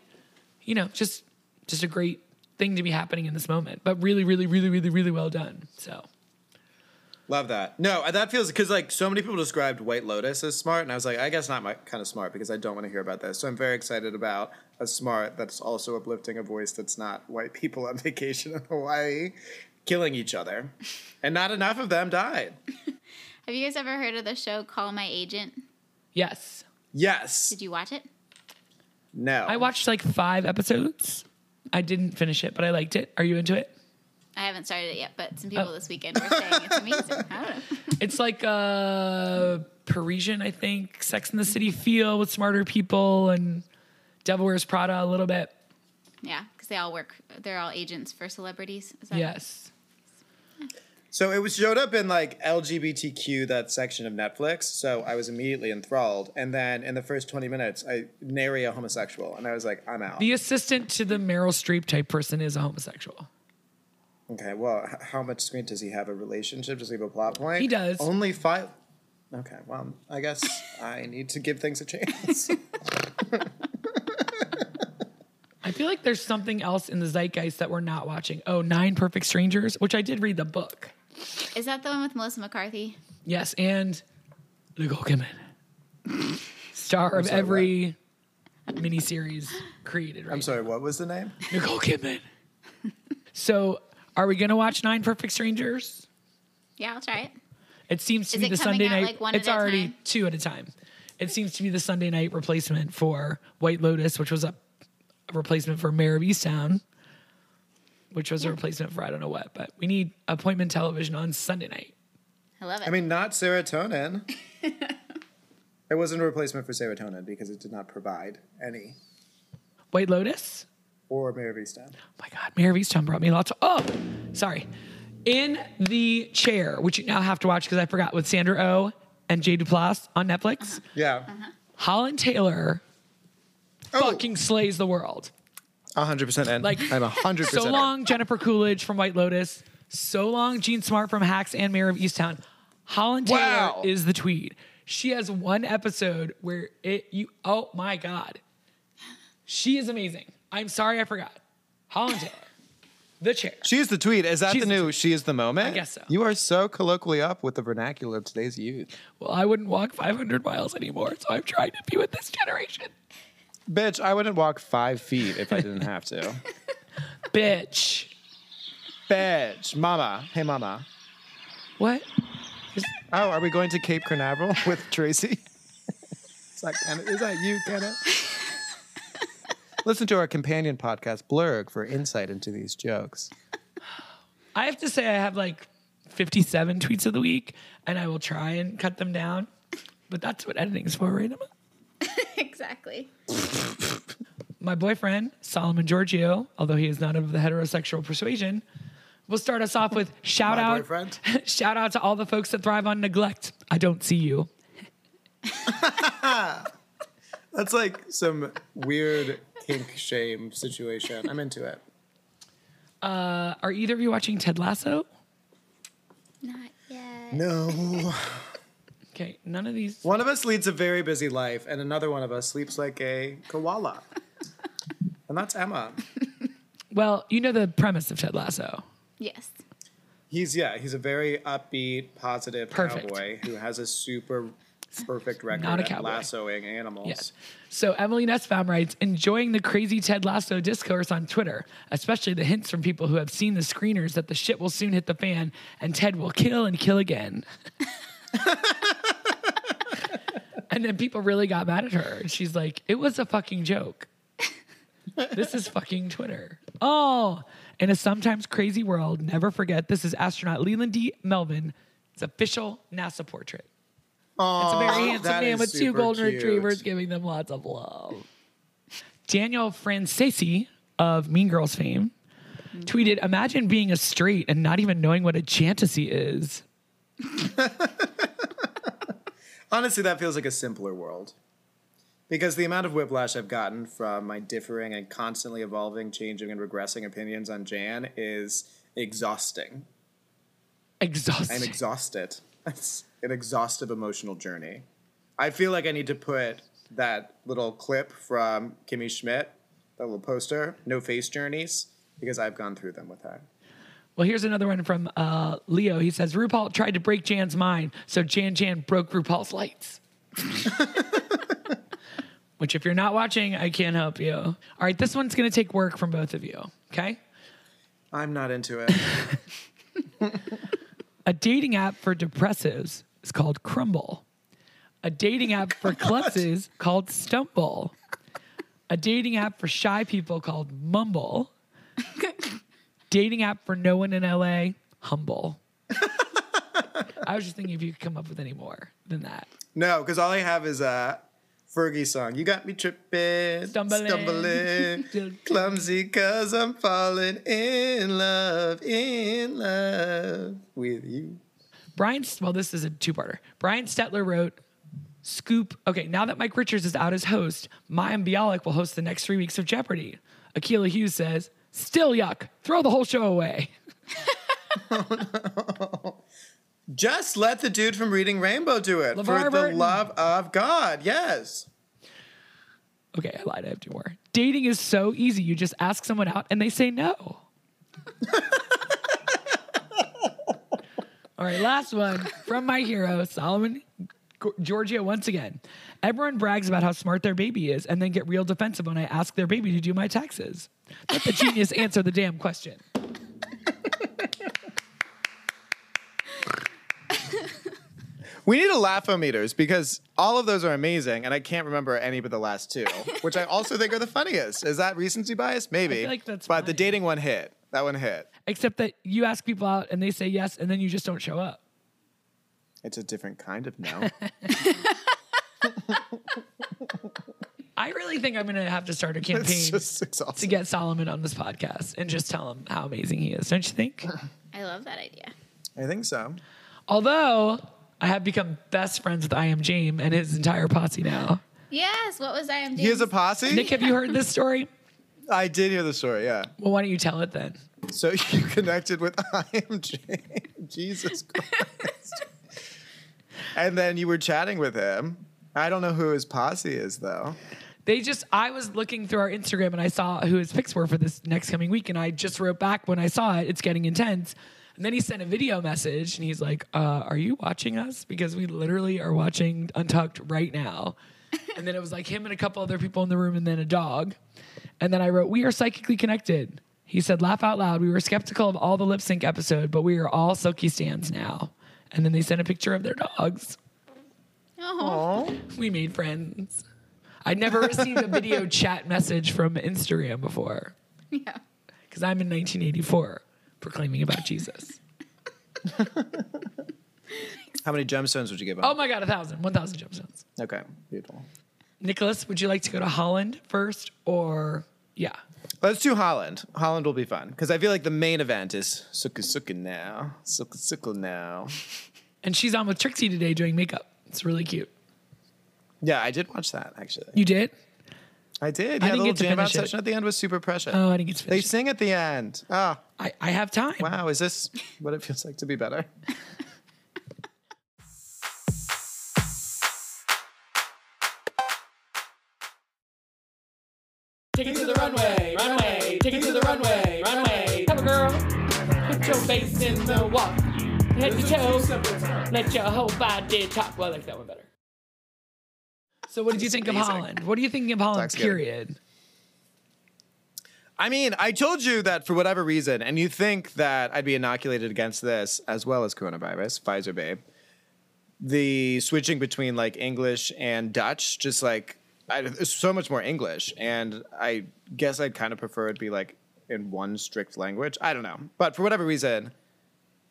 Speaker 2: you know, just just a great thing to be happening in this moment. But really, really, really, really, really well done. So.
Speaker 1: Love that. No, uh, that feels because like so many people described White Lotus as smart, and I was like, I guess not my kind of smart because I don't want to hear about this. So I'm very excited about a smart that's also uplifting a voice that's not white people on (laughs) vacation in Hawaii killing each other, and not enough of them died.
Speaker 3: Have you guys ever heard of the show Call My Agent?
Speaker 2: Yes.
Speaker 1: Yes.
Speaker 3: Did you watch it?
Speaker 1: No.
Speaker 2: I watched like five episodes. I didn't finish it, but I liked it. Are you into it?
Speaker 3: I haven't started it yet, but some people this weekend were saying it's amazing. I don't know.
Speaker 2: It's like uh Parisian, I think, Sex in the City feel with smarter people and Devil Wears Prada a little bit.
Speaker 3: Yeah, because they all work. They're all agents for celebrities. Is that
Speaker 2: Yes.
Speaker 1: So it was showed up in like LGBTQ that section of Netflix. So I was immediately enthralled, and then in the first 20 minutes, I nary a homosexual, and I was like, I'm out.
Speaker 2: The assistant to the Meryl Streep type person is a homosexual.
Speaker 1: Okay, well, h- how much screen does he have? A relationship? Does he have a plot point?
Speaker 2: He does.
Speaker 1: Only five. Okay, well, I guess I need to give things a
Speaker 2: (laughs)
Speaker 1: chance.
Speaker 2: I feel like there's something else in the zeitgeist that we're not watching. Oh, Nine Perfect Strangers, which I did read the book.
Speaker 3: Is that the one with Melissa McCarthy?
Speaker 2: Yes, and
Speaker 1: (laughs)
Speaker 2: Luke Hulkeman, star of
Speaker 1: sorry,
Speaker 2: every miniseries created. Right
Speaker 1: I'm sorry, what was the name?
Speaker 2: Nicole Kidman. so, are we going to watch Nine Perfect Strangers?
Speaker 3: Yeah, I'll try it.
Speaker 2: It seems to
Speaker 3: Is
Speaker 2: be
Speaker 3: it
Speaker 2: the
Speaker 3: coming
Speaker 2: Sunday
Speaker 3: out,
Speaker 2: night.
Speaker 3: like, one
Speaker 2: it's
Speaker 3: at a
Speaker 2: already
Speaker 3: time?
Speaker 2: two at a time. It seems to be the Sunday night replacement for White Lotus, which was a a replacement for Mayor of Easttown, which was a replacement for I don't know what. But we need appointment television on Sunday night.
Speaker 3: I love it.
Speaker 1: I mean, not serotonin.
Speaker 2: (laughs)
Speaker 1: it wasn't a replacement for serotonin because it did not provide any
Speaker 2: White Lotus.
Speaker 1: or Miravistan.
Speaker 2: Oh my God, Mayor of Easttown brought me lots of. Oh, sorry. In the Chair, which you now have to watch because I forgot, with Sandra O oh and Jay Duplass on
Speaker 3: Uh-huh.
Speaker 2: Netflix.
Speaker 1: Yeah.
Speaker 2: Uh-huh. Holland Taylor
Speaker 1: Oh,
Speaker 2: fucking slays the world.
Speaker 1: 100% in.
Speaker 2: Like,
Speaker 1: I'm 100%
Speaker 2: So
Speaker 1: in.
Speaker 2: long, Jennifer Coolidge from White Lotus. So long, Gene Smart from Hacks and Mayor of Easttown. Holland Taylor
Speaker 1: Wow.
Speaker 2: is the tweed. She has one episode where it you oh my god. She is amazing. I'm sorry I forgot. Holland Taylor. The chair.
Speaker 1: She's the tweet. Is that
Speaker 2: She's
Speaker 1: the
Speaker 2: the
Speaker 1: new she is the moment? I
Speaker 2: guess so.
Speaker 1: You are so colloquially up with the vernacular of today's youth.
Speaker 2: Well, I wouldn't walk 500 miles anymore, so I'm trying to be with this generation.
Speaker 1: Bitch, I wouldn't walk five feet if I didn't have
Speaker 2: (laughs)
Speaker 1: to.
Speaker 2: Bitch.
Speaker 1: Bitch, mama. Hey, mama.
Speaker 2: What?
Speaker 1: Oh, are we going to Cape Canaveral (laughs) with Tracy? is, that Ken- is that you, Kenneth? Listen to our companion podcast, Blurg, for insight into these jokes.
Speaker 2: I have to say, I have like 57 tweets of the week, and I will try and cut them down, but that's what editing is for, right? Emma?
Speaker 3: (laughs) exactly.
Speaker 2: My boyfriend, Solomon Giorgio, although he is not of the heterosexual persuasion, will start us off with shout out.
Speaker 1: boyfriend?
Speaker 2: (laughs) shout out to all the folks that thrive on neglect. I don't see you.
Speaker 1: That's like some weird kink shame situation. I'm into it.
Speaker 2: Are either of you watching Ted Lasso?
Speaker 3: Not yet.
Speaker 1: No.
Speaker 2: Okay, none of these.
Speaker 1: One of us leads a very busy life, and another one of us sleeps like a koala. and that's Emma.
Speaker 2: Well, you know the premise of Ted Lasso.
Speaker 3: Yes.
Speaker 1: He's, yeah, he's a very upbeat, positive
Speaker 2: Perfect.
Speaker 1: cowboy who has a super perfect record
Speaker 2: Not a
Speaker 1: at
Speaker 2: cowboy.
Speaker 1: lassoing animals.
Speaker 2: Yes. So Emily Nussbaum writes, enjoying the crazy Ted Lasso discourse on Twitter, especially the hints from people who have seen the screeners that the shit will soon hit the fan and Ted will kill and kill again. and then people really got mad at her. And she's like, it was a fucking joke. this is fucking Twitter. Oh, in a sometimes crazy world, never forget this is astronaut Leland D. Melvin. It's official NASA portrait. It's a very handsome
Speaker 1: that
Speaker 2: man
Speaker 1: is
Speaker 2: with two
Speaker 1: super
Speaker 2: golden
Speaker 1: cute.
Speaker 2: retrievers giving them lots of love. Daniel Francesi of Mean Girls fame tweeted, Imagine being a straight and not even knowing what a jantasy is.
Speaker 1: Honestly, that feels like a simpler world. Because the amount of whiplash I've gotten from my differing and constantly evolving, changing, and regressing opinions on Jan is exhausting.
Speaker 2: Exhausting. (laughs)
Speaker 1: I'm exhausted. It's an exhaustive emotional journey. I feel like I need to put that little clip from Kimmy Schmidt, that little poster, No Face Journeys, because I've gone through them with her.
Speaker 2: well, here's another one from uh, Leo. He says, RuPaul tried to break Jan's mind, so Jan Jan broke RuPaul's lights. (laughs) Which, if you're not watching, I can't help you. All right, this one's going to take work from both of you, okay?
Speaker 1: I'm not into it.
Speaker 2: A dating app for depressives is called Crumble. A dating app for klutses called Stumble. A dating app for shy people called Mumble. dating app for no one in LA, Humble. I was just thinking if you could come up with any more than that.
Speaker 1: No, because all I have is a Fergie song. You got me tripping,
Speaker 2: Stumbling.
Speaker 1: stumbling, stumbling
Speaker 2: Dude.
Speaker 1: clumsy because I'm falling in love, in love with you.
Speaker 2: Brian, well, this is a two parter. Brian Stetler wrote, Scoop. Okay, now that Mike Richards is out as host, Mayim Bialik will host the next three weeks of Jeopardy. Akilah Hughes says, Still yuck. Throw the whole show away.
Speaker 1: Just let the dude from Reading Rainbow do it
Speaker 2: LeVar
Speaker 1: for the
Speaker 2: Burton.
Speaker 1: love of God. Yes.
Speaker 2: Okay, I lied. I have two more. Dating is so easy. You just ask someone out and they say no. All right, last one from my hero, Solomon G- Giorgio, once again. Everyone brags about how smart their baby is and then get real defensive when I ask their baby to do my taxes. Let the genius answer the damn question.
Speaker 1: We need a laugh-o-meters because all of those are amazing, and I can't remember any but the last (laughs) two, which I also think are the funniest. Is that recency bias? Maybe.
Speaker 2: like that's
Speaker 1: but the
Speaker 2: funny.
Speaker 1: dating one hit. That one hit.
Speaker 2: Except that you ask people out and they say yes and then you just don't show up.
Speaker 1: It's a different kind of
Speaker 2: (laughs)
Speaker 1: no.
Speaker 2: I really think I'm going to have to start a
Speaker 1: it's
Speaker 2: campaign
Speaker 1: just
Speaker 2: to
Speaker 1: exhausting.
Speaker 2: get Solomon on this podcast and just tell him how amazing he is. Don't you think?
Speaker 3: I love that idea.
Speaker 1: I think so.
Speaker 2: Although I have become best friends with I am James and his entire posse now.
Speaker 3: Yes. What was IMDb?
Speaker 1: He has a posse.
Speaker 2: Nick, have you heard this story?
Speaker 1: I did hear the story. Yeah.
Speaker 2: Well, why don't you tell it then?
Speaker 1: So (laughs) you connected with (laughs) IMJ. Jesus Christ. and then you were chatting with him. I don't know who his posse is though.
Speaker 2: They just, I was looking through our Instagram and I saw who his picks were for this next coming week. And I just wrote back when I saw it, it's getting intense. And then he sent a video message and he's like, uh, Are you watching us? Because we literally are watching Untucked right now. And then it was like him and a couple other people in the room and then a dog. And then I wrote, We are psychically connected. He said, Laugh out loud. We were skeptical of all the lip sync episode, but we are all silky stands now. And then they sent a picture of their dogs.
Speaker 3: Oh, (laughs)
Speaker 2: We made friends.
Speaker 1: (laughs)
Speaker 2: I'd never received a video chat message from Instagram before
Speaker 3: yeah.
Speaker 2: because I'm in 1984 proclaiming about Jesus.
Speaker 1: How many gemstones would you give him?
Speaker 2: Oh my God, a thousand, 1,000 gemstones.
Speaker 1: Okay, beautiful.
Speaker 2: Nicholas, would you like to go to Holland first or, yeah.
Speaker 1: Let's do Holland. Holland will be fun because I feel like the main event is suku suku now, suku suku now.
Speaker 2: And she's on with Trixie today doing makeup. It's really cute.
Speaker 1: Yeah, I did watch that actually.
Speaker 2: You did?
Speaker 1: I did. Yeah,
Speaker 2: I didn't
Speaker 1: the little
Speaker 2: get to
Speaker 1: jam out
Speaker 2: finish it.
Speaker 1: session at the end was super precious.
Speaker 2: Oh, I didn't get to
Speaker 1: they
Speaker 2: finish.
Speaker 1: sing at the end. Ah,
Speaker 2: I, I have time.
Speaker 1: wow. Is this what it feels like to be better?
Speaker 2: Take it to the runway, runway, take it to the runway, runway. Come on, girl. Put your face in the walk. Head to toe. Let your whole body talk. Well, I like that one better. So, what did you think of Holland? What do you think of Holland,
Speaker 1: That's good.
Speaker 2: period?
Speaker 1: I mean, I told you that for whatever reason, and you think that I'd be inoculated against this as well as coronavirus, Pfizer babe. The switching between like English and Dutch, just like I, it's so much more English, and I guess I'd kind of prefer it be like in one strict language. I don't know, but for whatever reason,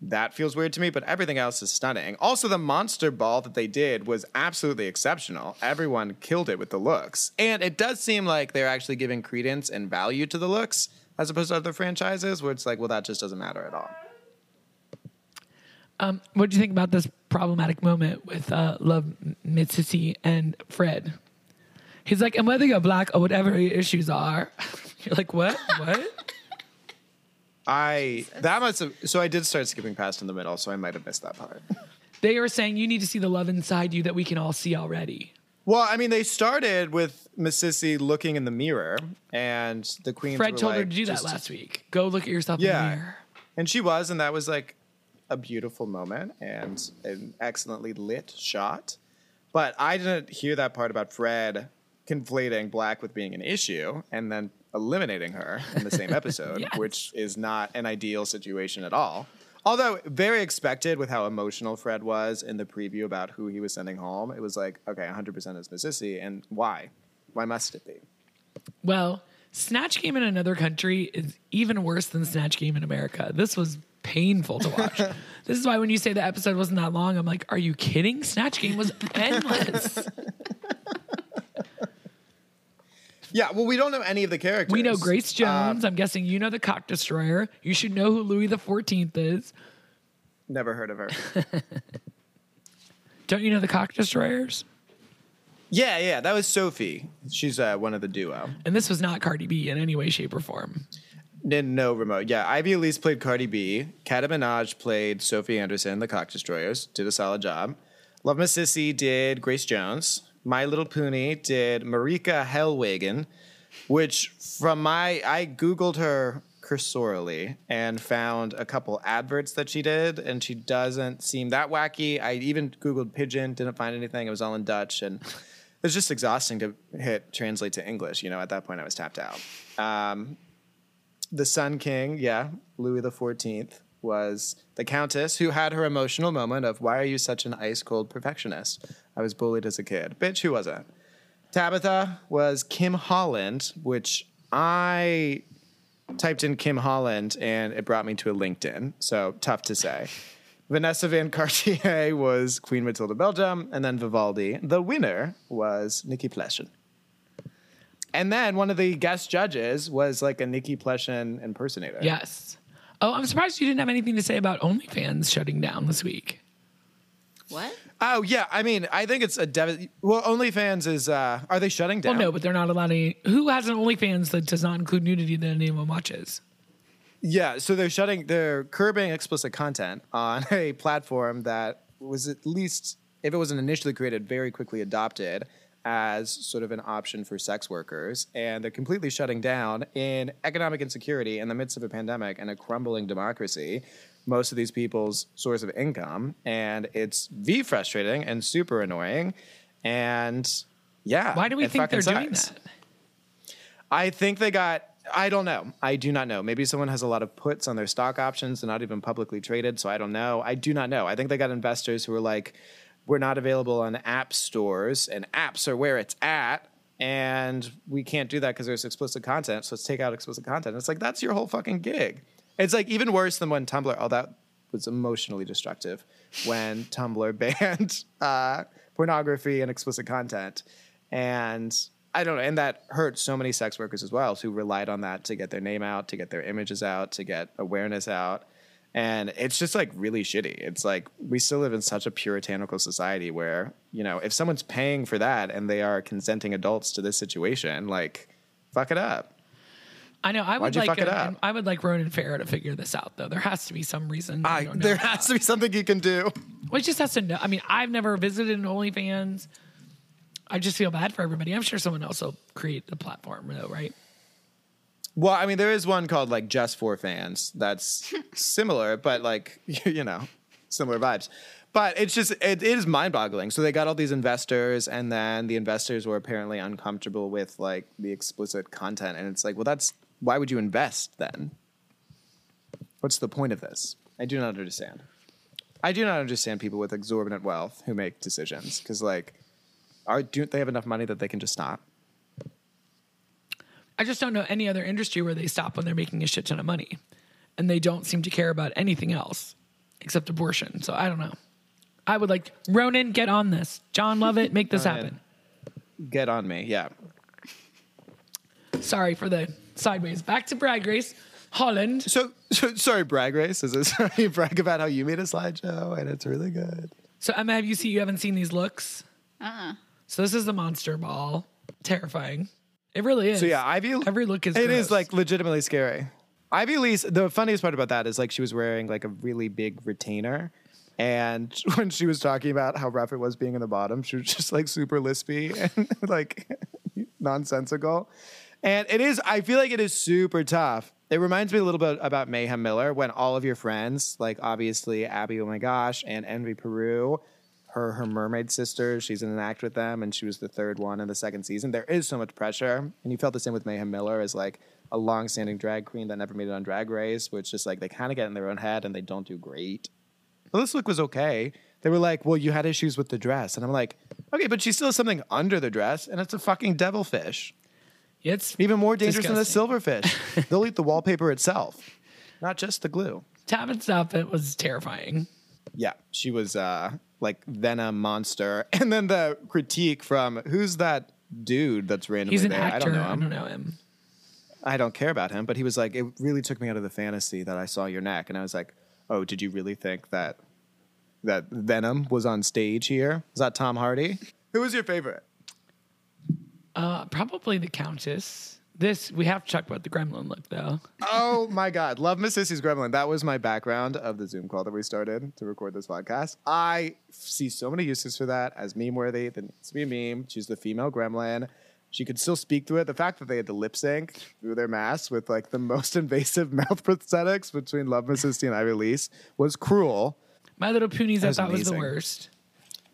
Speaker 1: that feels weird to me. But everything else is stunning. Also, the monster ball that they did was absolutely exceptional. Everyone killed it with the looks, and it does seem like they're actually giving credence and value to the looks as opposed to other franchises where it's like, well, that just doesn't matter at all.
Speaker 2: Um, what do you think about this problematic moment with uh, Love Mitsisi and Fred? He's like, and whether you're black or whatever your issues are, (laughs) you're like, what?
Speaker 1: (laughs)
Speaker 2: What?
Speaker 1: I that must have so I did start skipping past in the middle, so I might have missed that part. (laughs)
Speaker 2: they are saying you need to see the love inside you that we can all see already.
Speaker 1: Well, I mean, they started with Mississippi looking in the mirror, and the queens.
Speaker 2: Fred
Speaker 1: were
Speaker 2: told her
Speaker 1: like,
Speaker 2: to do that
Speaker 1: just-
Speaker 2: last week. Go look at yourself in the
Speaker 1: Yeah,
Speaker 2: mirror.
Speaker 1: and she was, and that was like a beautiful moment and an excellently lit shot. But I didn't hear that part about Fred conflating black with being an issue, and then eliminating her in the
Speaker 2: (laughs)
Speaker 1: same episode,
Speaker 2: Yes.
Speaker 1: which is not an ideal situation at all. Although very expected with how emotional Fred was in the preview about who he was sending home, it was like, okay, 100% is Mississippi, and why? Why must it be?
Speaker 2: Well, Snatch Game in another country is even worse than Snatch Game in America. This was painful to
Speaker 1: (laughs)
Speaker 2: watch. this is why when you say the episode wasn't that long, I'm like, are you kidding? Snatch Game was
Speaker 1: (laughs)
Speaker 2: endless.
Speaker 1: Yeah, well, we don't know any of the characters.
Speaker 2: we know Grace
Speaker 1: uh,
Speaker 2: Jones. I'm guessing you know the Cock Destroyer. You should know who Louis the Fourteenth is.
Speaker 1: Never heard of her.
Speaker 2: Don't you know the Cock Destroyers?
Speaker 1: yeah, yeah, that was Sophie. She's uh, one of the duo.
Speaker 2: And this was not Cardi B in any way, shape, or form.
Speaker 1: N- No remote. Yeah, Ivy Elise played Cardi B. Kata Minaj played Sophie Anderson, the Cock Destroyers. Did a solid job. Love My Sissy did Grace Jones. My Little Pony did Marika Hellwagen, which from my I googled her cursorily and found a couple adverts that she did, and she doesn't seem that wacky. I even googled pigeon, didn't find anything. It was all in Dutch, and it's just exhausting to hit translate to English. You know, at that point I was tapped out. Um, the Sun King, yeah, Louis the Fourteenth was the Countess who had her emotional moment of "Why are you such an ice cold perfectionist?" I was bullied as a kid, bitch. Who wasn't? Tabitha was Kim Holland, which I typed in Kim Holland and it brought me to a LinkedIn. So tough to say. Vanessa Van Cartier (laughs) was Queen Matilda Belgium, and then Vivaldi. The winner was Nikki Pleshin. And then one of the guest judges was like a Nikki Pleshin impersonator.
Speaker 2: Yes. Oh, I'm surprised you didn't have anything to say about OnlyFans shutting down this week.
Speaker 3: What?
Speaker 1: Oh yeah, I mean, I think it's a dev- well. OnlyFans is uh, are they shutting
Speaker 2: Well,
Speaker 1: down?
Speaker 2: no, but they're not allowed any. Who has an OnlyFans that does not include nudity that anyone watches?
Speaker 1: Yeah, so they're shutting, they're curbing explicit content on (laughs) a platform that was at least, if it wasn't initially created, very quickly adopted as sort of an option for sex workers. And they're completely shutting down in economic insecurity in the midst of a pandemic and a crumbling democracy. Most of these people's source of income, and it's v frustrating and super annoying, and yeah.
Speaker 2: Why do we
Speaker 1: it
Speaker 2: think they're
Speaker 1: fucking
Speaker 2: doing
Speaker 1: sucks.
Speaker 2: that?
Speaker 1: I think they got. I don't know. I do not know. Maybe someone has a lot of puts on their stock options. They're not even publicly traded, so I don't know. I do not know. I think they got investors who are like, we're not available on app stores, and apps are where it's at, and we can't do that because there's explicit content. So let's take out explicit content. It's like that's your whole fucking gig. It's like even worse than when Tumblr. All that was emotionally destructive when Tumblr (laughs) banned uh, pornography and explicit content and I don't know, and that hurt so many sex workers as well who relied on that to get their name out, to get their images out, to get awareness out. And it's just like really shitty. It's like we still live in such a puritanical society where, you know, if someone's paying for that and they are consenting adults to this situation, like, fuck it up.
Speaker 2: I know. I would
Speaker 1: you
Speaker 2: like.
Speaker 1: fuck it
Speaker 2: uh,
Speaker 1: up?
Speaker 2: I would like Ronan Farrow to figure this out, though. There has to be some reason. I
Speaker 1: I,
Speaker 2: don't know
Speaker 1: there
Speaker 2: about.
Speaker 1: has to be something you can do.
Speaker 2: Well, it just has to know. I mean, I've never visited an OnlyFans. I just feel bad for everybody. I'm sure someone else will create the platform, though, right?
Speaker 1: Well, I mean, there is one called like Just for Fans that's similar, but like, (laughs) you know, similar vibes. But it's just, it, it is mind boggling. So they got all these investors, and then the investors were apparently uncomfortable with like the explicit content. And it's like, well, that's why would you invest then? What's the point of this? I do not understand. I do not understand people with exorbitant wealth who make decisions because, like, are, do they have enough money that they can just stop?
Speaker 2: I just don't know any other industry where they stop when they're making a shit ton of money, and they don't seem to care about anything else except abortion. So I don't know. I would like Ronan get on this. John Lovett, make this happen.
Speaker 1: Ronan. Get on me. Yeah.
Speaker 2: Sorry for the sideways. Back to Brad Grace, Holland.
Speaker 1: So, so sorry, brag race. Is (laughs) this you brag about how you made a slideshow and it's really good?
Speaker 2: So Emma, have you seen? You haven't seen these looks.
Speaker 3: Uh-uh.
Speaker 2: So this is the monster ball. Terrifying. It really is.
Speaker 1: So yeah, Ivy.
Speaker 2: Every look is
Speaker 1: It is
Speaker 2: gross.
Speaker 1: like legitimately scary. Ivy Lee's. The funniest part about that is like she was wearing like a really big retainer, and (laughs) when she was talking about how rough it was being in the bottom, she was just like super lispy (laughs) and like nonsensical. And it is. I feel like it is super tough. It reminds me a little bit about Mayhem Miller when all of your friends, like obviously Abby, oh my gosh, and Envy Peru, her her mermaid sister. She's in an act with them, and she was the third one in the second season. There is so much pressure, and you felt the same with Mayhem Miller as like a long-standing drag queen that never made it on Drag Race, which just like they kind of get in their own head and they don't do great. But this look was okay. They were like, "Well, you had issues with the dress," and I'm like, "Okay, but she still has something under the dress, and it's a fucking devilfish,
Speaker 2: it's
Speaker 1: even more dangerous
Speaker 2: Disgusting.
Speaker 1: than the
Speaker 2: (laughs)
Speaker 1: silverfish. They'll eat the wallpaper itself, not just the glue."
Speaker 2: Tabitha's outfit was terrifying.
Speaker 1: Yeah, she was uh, like Venom monster. (laughs) And then the critique from who's that dude that's randomly
Speaker 2: He's an
Speaker 1: there?
Speaker 2: actor.
Speaker 1: I don't know him.
Speaker 2: him.
Speaker 1: I don't care about him, but he was like, it really took me out of the fantasy that I saw your neck, and I was like, oh, did you really think that that Venom was on stage here? Is that Tom Hardy? Who was your favorite?
Speaker 2: Uh, probably the Countess. This we have to talk about the Gremlin look though.
Speaker 1: oh my god love miss sissy's gremlin that was my background of the zoom call that we started to record this podcast i see so many uses for that as meme worthy that needs to be a meme she's the female gremlin she could still speak through it the fact that they had to lip sync through their masks with like the most (laughs) invasive mouth prosthetics between love miss sissy and i release was cruel
Speaker 2: My Little Ponies, I
Speaker 1: was
Speaker 2: thought was the
Speaker 1: amazing.
Speaker 2: worst.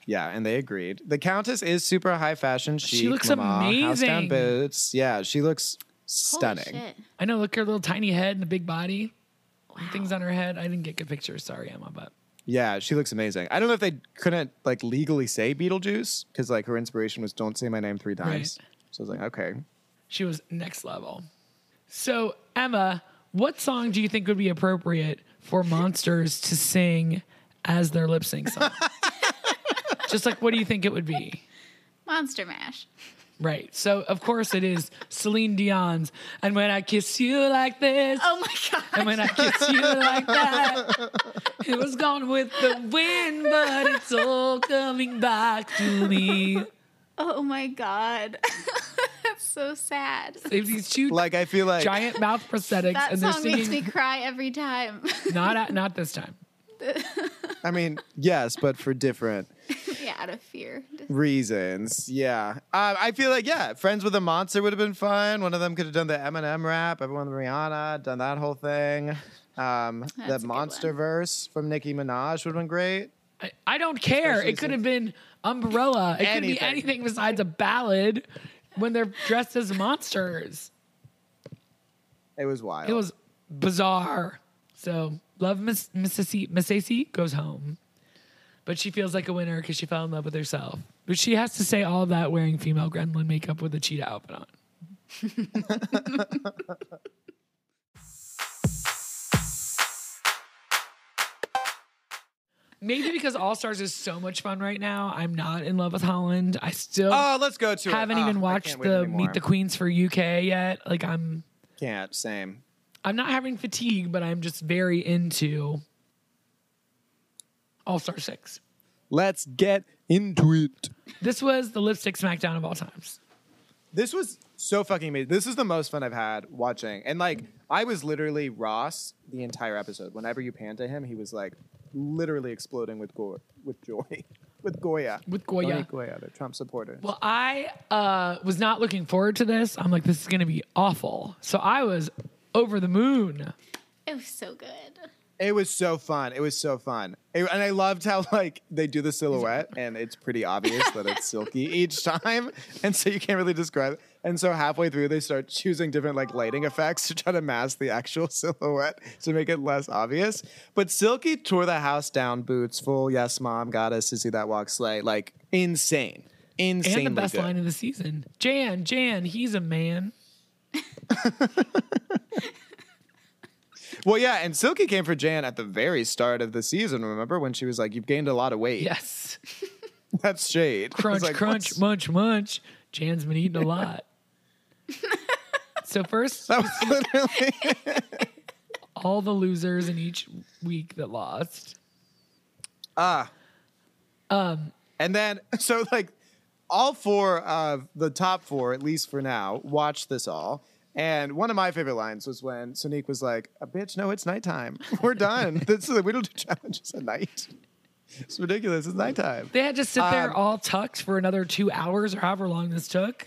Speaker 1: yeah, and they agreed. The Countess is super high fashion. Chic,
Speaker 2: looks
Speaker 1: mama, House down
Speaker 2: amazing.
Speaker 1: boots. Yeah, she looks
Speaker 3: Holy
Speaker 1: stunning.
Speaker 3: shit.
Speaker 2: I know. Look, her little tiny head and the big body. and Things on her head. I didn't get good pictures. Sorry, Emma, but
Speaker 1: Yeah, she looks amazing. I don't know if they couldn't like legally say Beetlejuice because like her inspiration was "Don't say my name three times."
Speaker 2: Right.
Speaker 1: So I was like, okay,
Speaker 2: she was next level. So Emma, what song do you think would be appropriate for monsters to sing as their lip sync
Speaker 1: (laughs)
Speaker 2: song. Just like, what do you think it would be?
Speaker 3: Monster Mash.
Speaker 2: Right. So, of course, it is Celine Dion's. And when I kiss you like this,
Speaker 3: Oh my god. (laughs)
Speaker 2: and when I kiss you like that, it was gone with the wind, but it's all coming back to me.
Speaker 3: Oh my god. (laughs) That's so sad.
Speaker 2: They have these two
Speaker 1: Like I feel like
Speaker 2: giant mouth prosthetics,
Speaker 3: That
Speaker 2: and they're
Speaker 3: song makes me
Speaker 2: singing
Speaker 3: cry every time. (laughs)
Speaker 2: not at, not this time.
Speaker 1: I mean, yes, but for different
Speaker 3: yeah, out of fear.
Speaker 1: reasons. Yeah, uh, I feel like yeah, Friends with a Monster would have been fun. One of them could have done the Eminem rap. Everyone with Rihanna done that whole thing.
Speaker 2: (laughs)
Speaker 1: Um, the
Speaker 3: That's a good one.
Speaker 1: Monster verse from Nicki Minaj would have been great.
Speaker 2: I, I don't care.
Speaker 1: Especially
Speaker 2: it could
Speaker 1: since-
Speaker 2: have been Umbrella. It could be
Speaker 1: Anything.
Speaker 2: anything besides a ballad when they're dressed as monsters.
Speaker 1: It was wild.
Speaker 2: It was bizarre. So love Miss Mississippi Mississippi goes home, but she feels like a winner because she fell in love with herself. But she has to say all that wearing female gremlin makeup with a cheetah outfit on. (laughs) Maybe because All Stars is so much fun right now, I'm not in love with Holland. I still
Speaker 1: Oh, let's go to it.
Speaker 2: haven't
Speaker 1: Ah, I
Speaker 2: even watched
Speaker 1: can't wait
Speaker 2: the
Speaker 1: anymore.
Speaker 2: Meet the Queens for UK yet. Like I'm
Speaker 1: Can't same.
Speaker 2: I'm not having fatigue, but I'm just very into All Star Six.
Speaker 1: Let's get into it.
Speaker 2: This was the lipstick smackdown of all times.
Speaker 1: This was so fucking amazing. This is the most fun I've had watching. And like, I was literally Ross the entire episode. Whenever you panned to him, he was like literally exploding with go- with joy, (laughs) with Goya,
Speaker 2: With Goya.
Speaker 1: Tony Goya, the Trump supporter.
Speaker 2: Well, I uh, was not looking forward to this. I'm like, this is going to be awful. So I was over the moon.
Speaker 3: It was so good.
Speaker 1: It was so fun. It was so fun. It- and I loved how like they do the silhouette and it's pretty obvious that
Speaker 2: (laughs)
Speaker 1: it's silky each time. And so you can't really describe it. And so halfway through they start choosing different like lighting effects to try to mask the actual (laughs) silhouette to make it less obvious. But Silky tore the house down, boots full, yes mom, goddess to see that walk sleigh. Like insane.
Speaker 2: And
Speaker 1: Insanely
Speaker 2: the best
Speaker 1: good.
Speaker 2: line of the season Jan, Jan, he's a man.
Speaker 1: Well, yeah, and Silky came for Jan at the very start of the season, remember? When she was like, You've gained a lot of weight.
Speaker 2: (laughs) Yes.
Speaker 1: (laughs) That's shade. I was
Speaker 2: crunch,
Speaker 1: like,
Speaker 2: crunch,
Speaker 1: "What's-
Speaker 2: munch, munch. Jan's been eating a lot. so
Speaker 1: (laughs)
Speaker 2: first,
Speaker 1: That was literally
Speaker 2: all the losers in each week that lost.
Speaker 1: ah. Um, and then (laughs) so like all four of the top four, at least for now, watched this all. And one of my favorite lines was when Sonique was like, "A bitch, no, it's nighttime. (laughs) We're done. this is, we don't do challenges at night. (laughs) It's ridiculous. It's nighttime."
Speaker 2: They had to sit there
Speaker 1: Um,
Speaker 2: all tucked for another two hours or however long this took.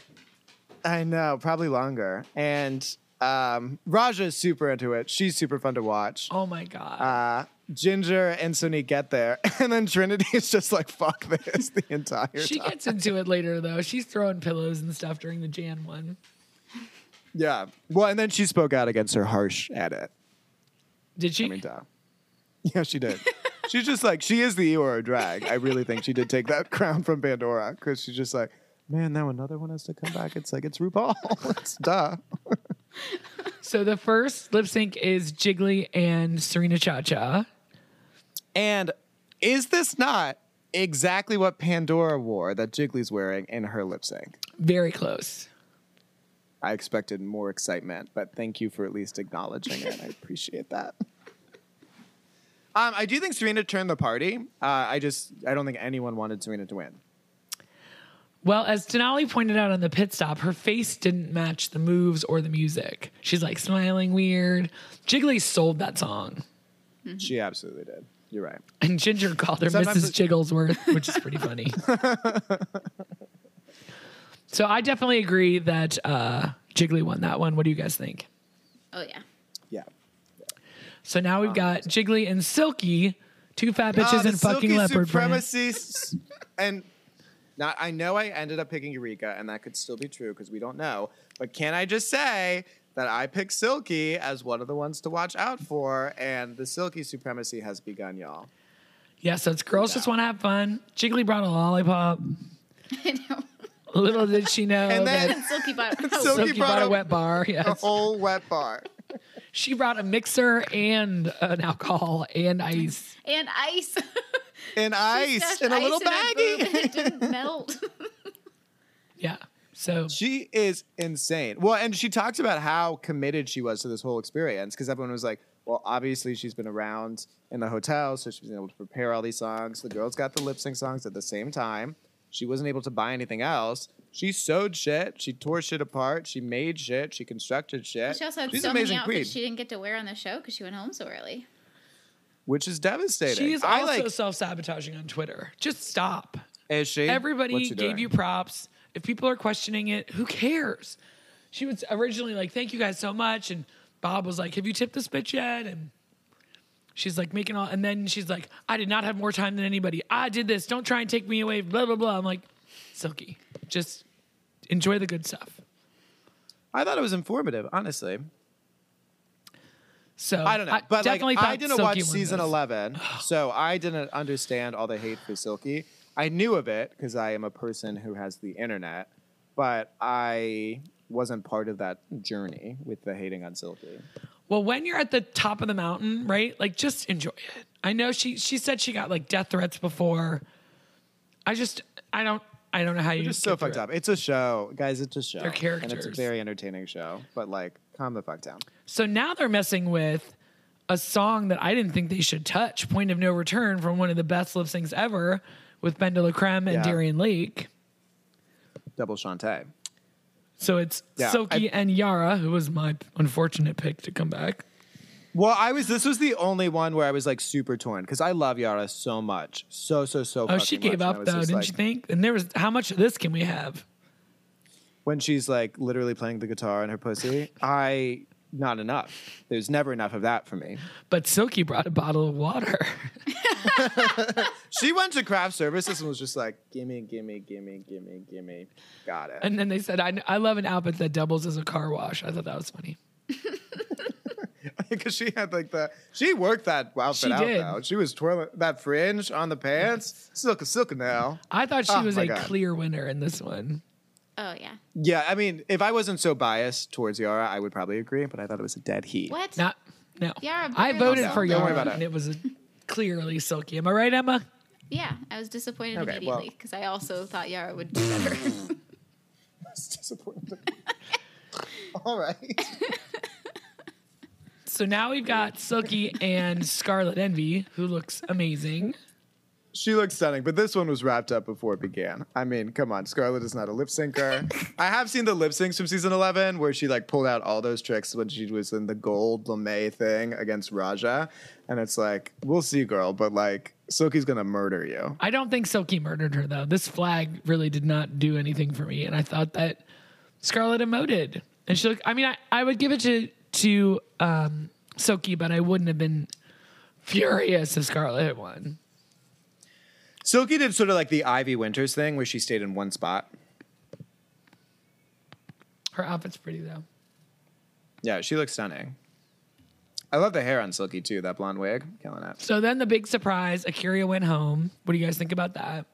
Speaker 1: I know, probably longer. And um, Raja is super into it. She's super fun to watch.
Speaker 2: Oh my god.
Speaker 1: Uh, Ginger and Sonique get there, (laughs) and then Trinity is just like, "Fuck this!" The entire
Speaker 2: she
Speaker 1: time.
Speaker 2: gets into it later though. She's throwing pillows and stuff during the Jan one.
Speaker 1: Yeah. Well, and then she spoke out against her harsh edit.
Speaker 2: Did she?
Speaker 1: I mean, duh. Yeah, she did. she's just like, she is the Eeyore of drag. I really think she did take that (laughs) crown from Pandora because she's just like, man, now another one has to come back. It's like, it's RuPaul. (laughs) it's duh.
Speaker 2: so the first lip sync is Jiggly and Serena Cha Cha.
Speaker 1: And is this not exactly what Pandora wore that Jiggly's wearing in her lip sync?
Speaker 2: Very close.
Speaker 1: I expected more excitement, but thank you for at least acknowledging it. I appreciate that. Um, I do think Serena turned the party. Uh, I just I don't think anyone wanted Serena to win.
Speaker 2: Well, as Denali pointed out on the pit stop, her face didn't match the moves or the music. She's like smiling weird. Jiggly sold that song.
Speaker 1: She absolutely did. You're right.
Speaker 2: And Ginger called her
Speaker 1: Sometimes
Speaker 2: Mrs.
Speaker 1: it- (laughs)
Speaker 2: Jigglesworth, which is pretty funny. so I definitely agree that uh, Jiggly won that one. What do you guys think?
Speaker 3: Oh yeah. (laughs)
Speaker 1: Yeah.
Speaker 2: So now we've got Jiggly and Silky, two fat bitches and fucking leopard print.
Speaker 1: Ah, Uh, supremacy s- and not I know I ended up picking Eureka and that could still be true because we don't know. But can I just say that I picked Silky as one of the ones to watch out for and the Silky supremacy has begun, y'all.
Speaker 2: Yeah, so it's girls just want to have fun. Jiggly brought a lollipop.
Speaker 3: I know.
Speaker 2: Little did she know
Speaker 1: And then
Speaker 3: (laughs)
Speaker 2: that
Speaker 1: (laughs)
Speaker 3: Silky bought
Speaker 1: Silky Oh.
Speaker 2: Silky
Speaker 1: (laughs)
Speaker 2: brought
Speaker 1: brought
Speaker 2: a
Speaker 1: a-
Speaker 2: wet bar.
Speaker 1: a
Speaker 2: Yes.
Speaker 1: whole wet bar.
Speaker 2: She brought a mixer and an alcohol and ice.
Speaker 3: and ice. (laughs)
Speaker 1: And ice
Speaker 3: Stashed
Speaker 1: in a little
Speaker 3: in her boob and
Speaker 1: baggie.
Speaker 2: (laughs)
Speaker 3: It (laughs) didn't melt.
Speaker 2: Yeah. So
Speaker 1: She is insane. Well, and she talked about how committed she was to this whole experience because everyone was like, well, obviously she's been around in the hotel, so she's been able to prepare all these songs. The girls got the lip sync songs at the same time. She wasn't able to buy anything else. She sewed shit. She tore shit apart. She made shit. She constructed shit.
Speaker 3: She also had
Speaker 1: she's
Speaker 3: so
Speaker 1: an
Speaker 3: many
Speaker 1: amazing
Speaker 3: outfits
Speaker 1: queen,
Speaker 3: she didn't get to wear on the show because she went home so early.
Speaker 1: which is devastating.
Speaker 2: she is
Speaker 1: I
Speaker 2: also
Speaker 1: like.
Speaker 2: self sabotaging on Twitter. Just stop.
Speaker 1: Is she?
Speaker 2: Everybody
Speaker 1: What's she
Speaker 2: gave
Speaker 1: doing?
Speaker 2: you props. If people are questioning it, who cares? She was originally like, "Thank you guys so much," and Bob was like, "Have you tipped this bitch yet?" And she's like, making all, and then she's like, "I did not have more time than anybody. I did this. Don't try and take me away." Blah blah blah. I'm like, Silky, just enjoy the good stuff.
Speaker 1: I thought it was informative, honestly.
Speaker 2: So
Speaker 1: I don't know, but like
Speaker 2: definitely
Speaker 1: I
Speaker 2: thought
Speaker 1: didn't
Speaker 2: Silky
Speaker 1: watch
Speaker 2: won
Speaker 1: season
Speaker 2: this.
Speaker 1: eleven, so I didn't understand all the hate for Silky. I knew of it because I am a person who has the internet, but I wasn't part of that journey with the hating on Silky.
Speaker 2: Well, when you're at the top of the mountain, right? Like just enjoy it. I know she she said she got like death threats before. I just I don't I don't know how you
Speaker 1: Just so
Speaker 2: get through
Speaker 1: fucked
Speaker 2: it.
Speaker 1: up. It's a show, guys. It's a show.
Speaker 2: They're
Speaker 1: and it's a
Speaker 2: characters.
Speaker 1: very entertaining show. But like, calm the fuck down.
Speaker 2: So now they're messing with a song that I didn't think they should touch, Point of No Return from one of the best lip syncs ever with Ben de la Creme and
Speaker 1: Yeah.
Speaker 2: Darian Lake.
Speaker 1: Double Shantae.
Speaker 2: So it's
Speaker 1: Yeah,
Speaker 2: Silky and Yara, who was my unfortunate pick to come back.
Speaker 1: Well, I was. This was the only one where I was like super torn because I love Yara so much, so so so.
Speaker 2: Oh, she
Speaker 1: fucking
Speaker 2: gave
Speaker 1: much, and I
Speaker 2: up
Speaker 1: was
Speaker 2: though,
Speaker 1: just
Speaker 2: didn't
Speaker 1: like-
Speaker 2: you think? And there was how much of this can we have?
Speaker 1: when she's like literally playing the guitar in her pussy, I not enough. There's never enough of that for me.
Speaker 2: But Silky brought a bottle of water. (laughs)
Speaker 1: She went to craft services and was just like, gimme, gimme, gimme, gimme, gimme. Got it. (laughs)
Speaker 2: And then they said, I, I love an outfit that doubles as a car wash. I thought that was funny.
Speaker 1: Because she had like the she worked that outfit
Speaker 2: She
Speaker 1: out
Speaker 2: did.
Speaker 1: though. She was twirling that fringe on the pants. Silk silk now.
Speaker 2: I thought she
Speaker 1: Oh,
Speaker 2: was
Speaker 1: my
Speaker 2: a
Speaker 1: God.
Speaker 2: clear winner in this one.
Speaker 3: Oh yeah.
Speaker 1: Yeah, I mean, if I wasn't so biased towards Yara, I would probably agree, but I thought it was a dead heat.
Speaker 3: What?
Speaker 2: Not, no.
Speaker 3: Yara
Speaker 2: I
Speaker 3: Burns.
Speaker 2: voted
Speaker 1: No,
Speaker 2: for
Speaker 1: don't
Speaker 2: Yara,
Speaker 1: worry about it.
Speaker 2: and it was a, clearly Silky. Am I right, Emma?
Speaker 3: Yeah, I was disappointed
Speaker 1: Okay, well-
Speaker 3: immediately because I also thought Yara would do better.
Speaker 1: It's (laughs) disappointing. (laughs) All right.
Speaker 2: So now we've got Silky and Scarlet Envy, who looks amazing.
Speaker 1: She looks stunning, but this one was wrapped up before it began. I mean, come on, Scarlett is not a lip (laughs) syncer. I have seen the lip syncs from season 11 where she like pulled out all those tricks when she was in the gold lame thing against Raja. And it's like, we'll see, girl, but like, Silky's gonna murder you.
Speaker 2: I don't think Silky murdered her, though. This flag really did not do anything for me. And I thought that Scarlet emoted. And she looked, I mean, I, I would give it to, to um, Silky, but I wouldn't have been furious if Scarlet had won.
Speaker 1: Silky did sort of like the Ivy Winters thing where she stayed in one spot.
Speaker 2: Her outfit's pretty, though.
Speaker 1: Yeah, she looks stunning. I love the hair on Silky too, that blonde wig. Killing it.
Speaker 2: So then the big surprise, Akira went home. What do you guys think about that?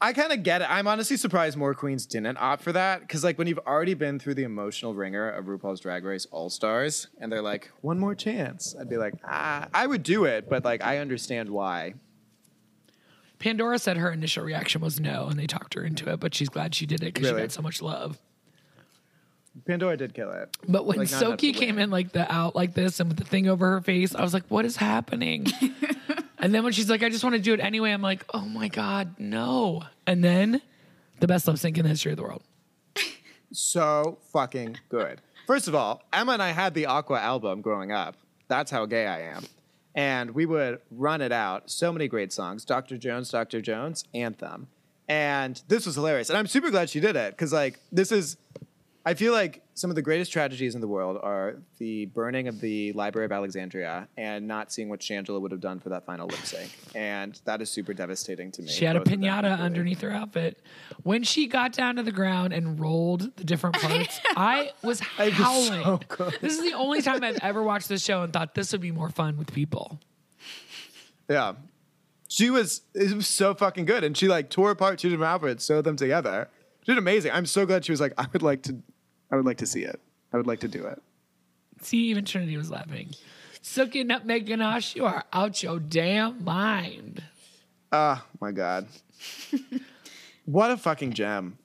Speaker 1: I kind of get it. I'm honestly surprised more queens didn't opt for that because, like, when you've already been through the emotional ringer of RuPaul's Drag Race All Stars and they're like, one more chance, I'd be like, ah, I would do it, but like, I understand why.
Speaker 2: Pandora said her initial reaction was no, and they talked her into it, but she's glad she did it because
Speaker 1: Really?
Speaker 2: she got so much love.
Speaker 1: Pandora did kill it.
Speaker 2: But when
Speaker 1: Like, not enough to
Speaker 2: Soki came
Speaker 1: win.
Speaker 2: in like the out like this and with the thing over her face, I was like, what
Speaker 1: (laughs)
Speaker 2: is happening? and then when she's like, I just want to do it anyway, I'm like, oh my God, no. And then the best lip sync in the history of the world.
Speaker 1: So fucking good. First of all, Emma and I had the Aqua album growing up. That's how gay I am. And we would run it out. So many great songs Dr. Jones, Dr. Jones, Anthem. And this was hilarious. And I'm super glad she did it because, like, this is, I feel like some of the greatest tragedies in the world are the burning of the Library of Alexandria and not seeing what Shangela would have done for that final lip sync. And that is super devastating to me.
Speaker 2: She had a
Speaker 1: both of them
Speaker 2: pinata
Speaker 1: equally.
Speaker 2: underneath her outfit. When she got down to the ground and rolled the
Speaker 3: (laughs)
Speaker 2: different parts, I was
Speaker 1: It was
Speaker 2: howling.
Speaker 1: so good.
Speaker 2: This is the only time I've ever watched this show and thought this would be more fun with people.
Speaker 1: Yeah. She was it was so fucking good. And she like tore apart two different outfits, sewed them together. She did amazing. I'm so glad she was like, I would like to I would like to see it. I would like to do it.
Speaker 2: See, even Trinity was laughing. Suki nutmeg ganache, you are out your damn mind.
Speaker 1: Ah, my God. what a fucking gem.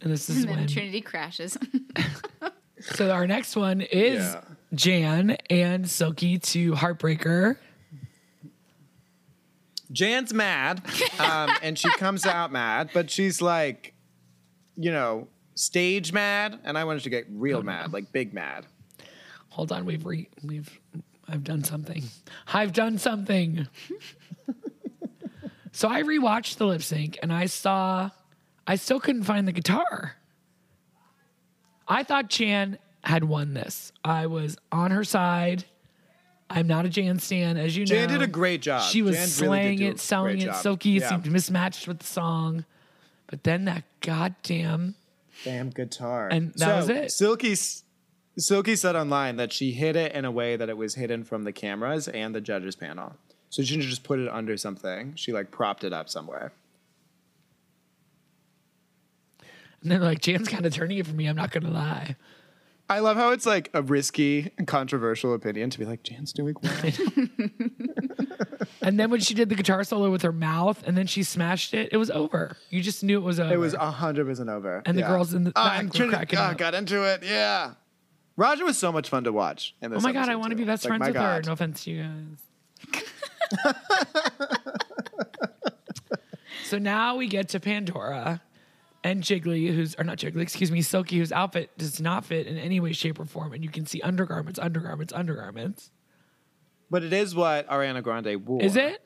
Speaker 2: And this is
Speaker 3: And then
Speaker 2: when.
Speaker 3: Trinity crashes. (laughs) Oh,
Speaker 2: So our next one is
Speaker 1: Yeah.
Speaker 2: Jan and Silky to Heartbreaker.
Speaker 1: Jan's mad, um, and she comes out mad, but she's like, you know, stage mad, and I wanted to get real mad, like big mad.
Speaker 2: Hold on, we've re- we've I've done something. I've done something. (laughs) so I rewatched the lip sync and I saw I still couldn't find the guitar. I thought Jan had won this. I was on her side. I'm not a Jan stan, as you
Speaker 1: Jan
Speaker 2: know.
Speaker 1: did a great job.
Speaker 2: She was
Speaker 1: Jan really did
Speaker 2: slaying
Speaker 1: do a
Speaker 2: it, selling
Speaker 1: great
Speaker 2: it.
Speaker 1: job.
Speaker 2: Silky
Speaker 1: Yeah.
Speaker 2: seemed mismatched with the song. But then that goddamn
Speaker 1: Damn guitar.
Speaker 2: And that was it.
Speaker 1: Silky, s- Silky said online that she hid it in a way that it was hidden from the cameras and the judges panel. So she didn't just put it under something. She like propped it up somewhere.
Speaker 2: And then like Jan's kind of turning it for me. I'm not gonna lie.
Speaker 1: I love how it's like a risky, controversial opinion to be like, Jan's doing
Speaker 2: (laughs)
Speaker 1: well.
Speaker 2: And then when she did the guitar solo with her mouth, and then she smashed it, it was over. You just knew it was over.
Speaker 1: It was hundred percent over.
Speaker 2: And the girls in the
Speaker 1: Oh,
Speaker 2: back
Speaker 1: and
Speaker 2: were
Speaker 1: Trinity-
Speaker 2: cracking
Speaker 1: oh,
Speaker 2: up.
Speaker 1: got into it. Yeah. Roger was so much fun to watch. In this
Speaker 2: Oh my god, I
Speaker 1: episode,
Speaker 2: want to
Speaker 1: too.
Speaker 2: be best
Speaker 1: Like,
Speaker 2: friends
Speaker 1: my
Speaker 2: with her.
Speaker 1: God.
Speaker 2: No offense to you guys.
Speaker 1: (laughs)
Speaker 2: so now we get to Pandora and Jiggly, who's or not Jiggly, excuse me, Silky, whose outfit does not fit in any way, shape, or form, and you can see undergarments, undergarments, undergarments.
Speaker 1: But it is what Ariana Grande wore.
Speaker 2: Is it?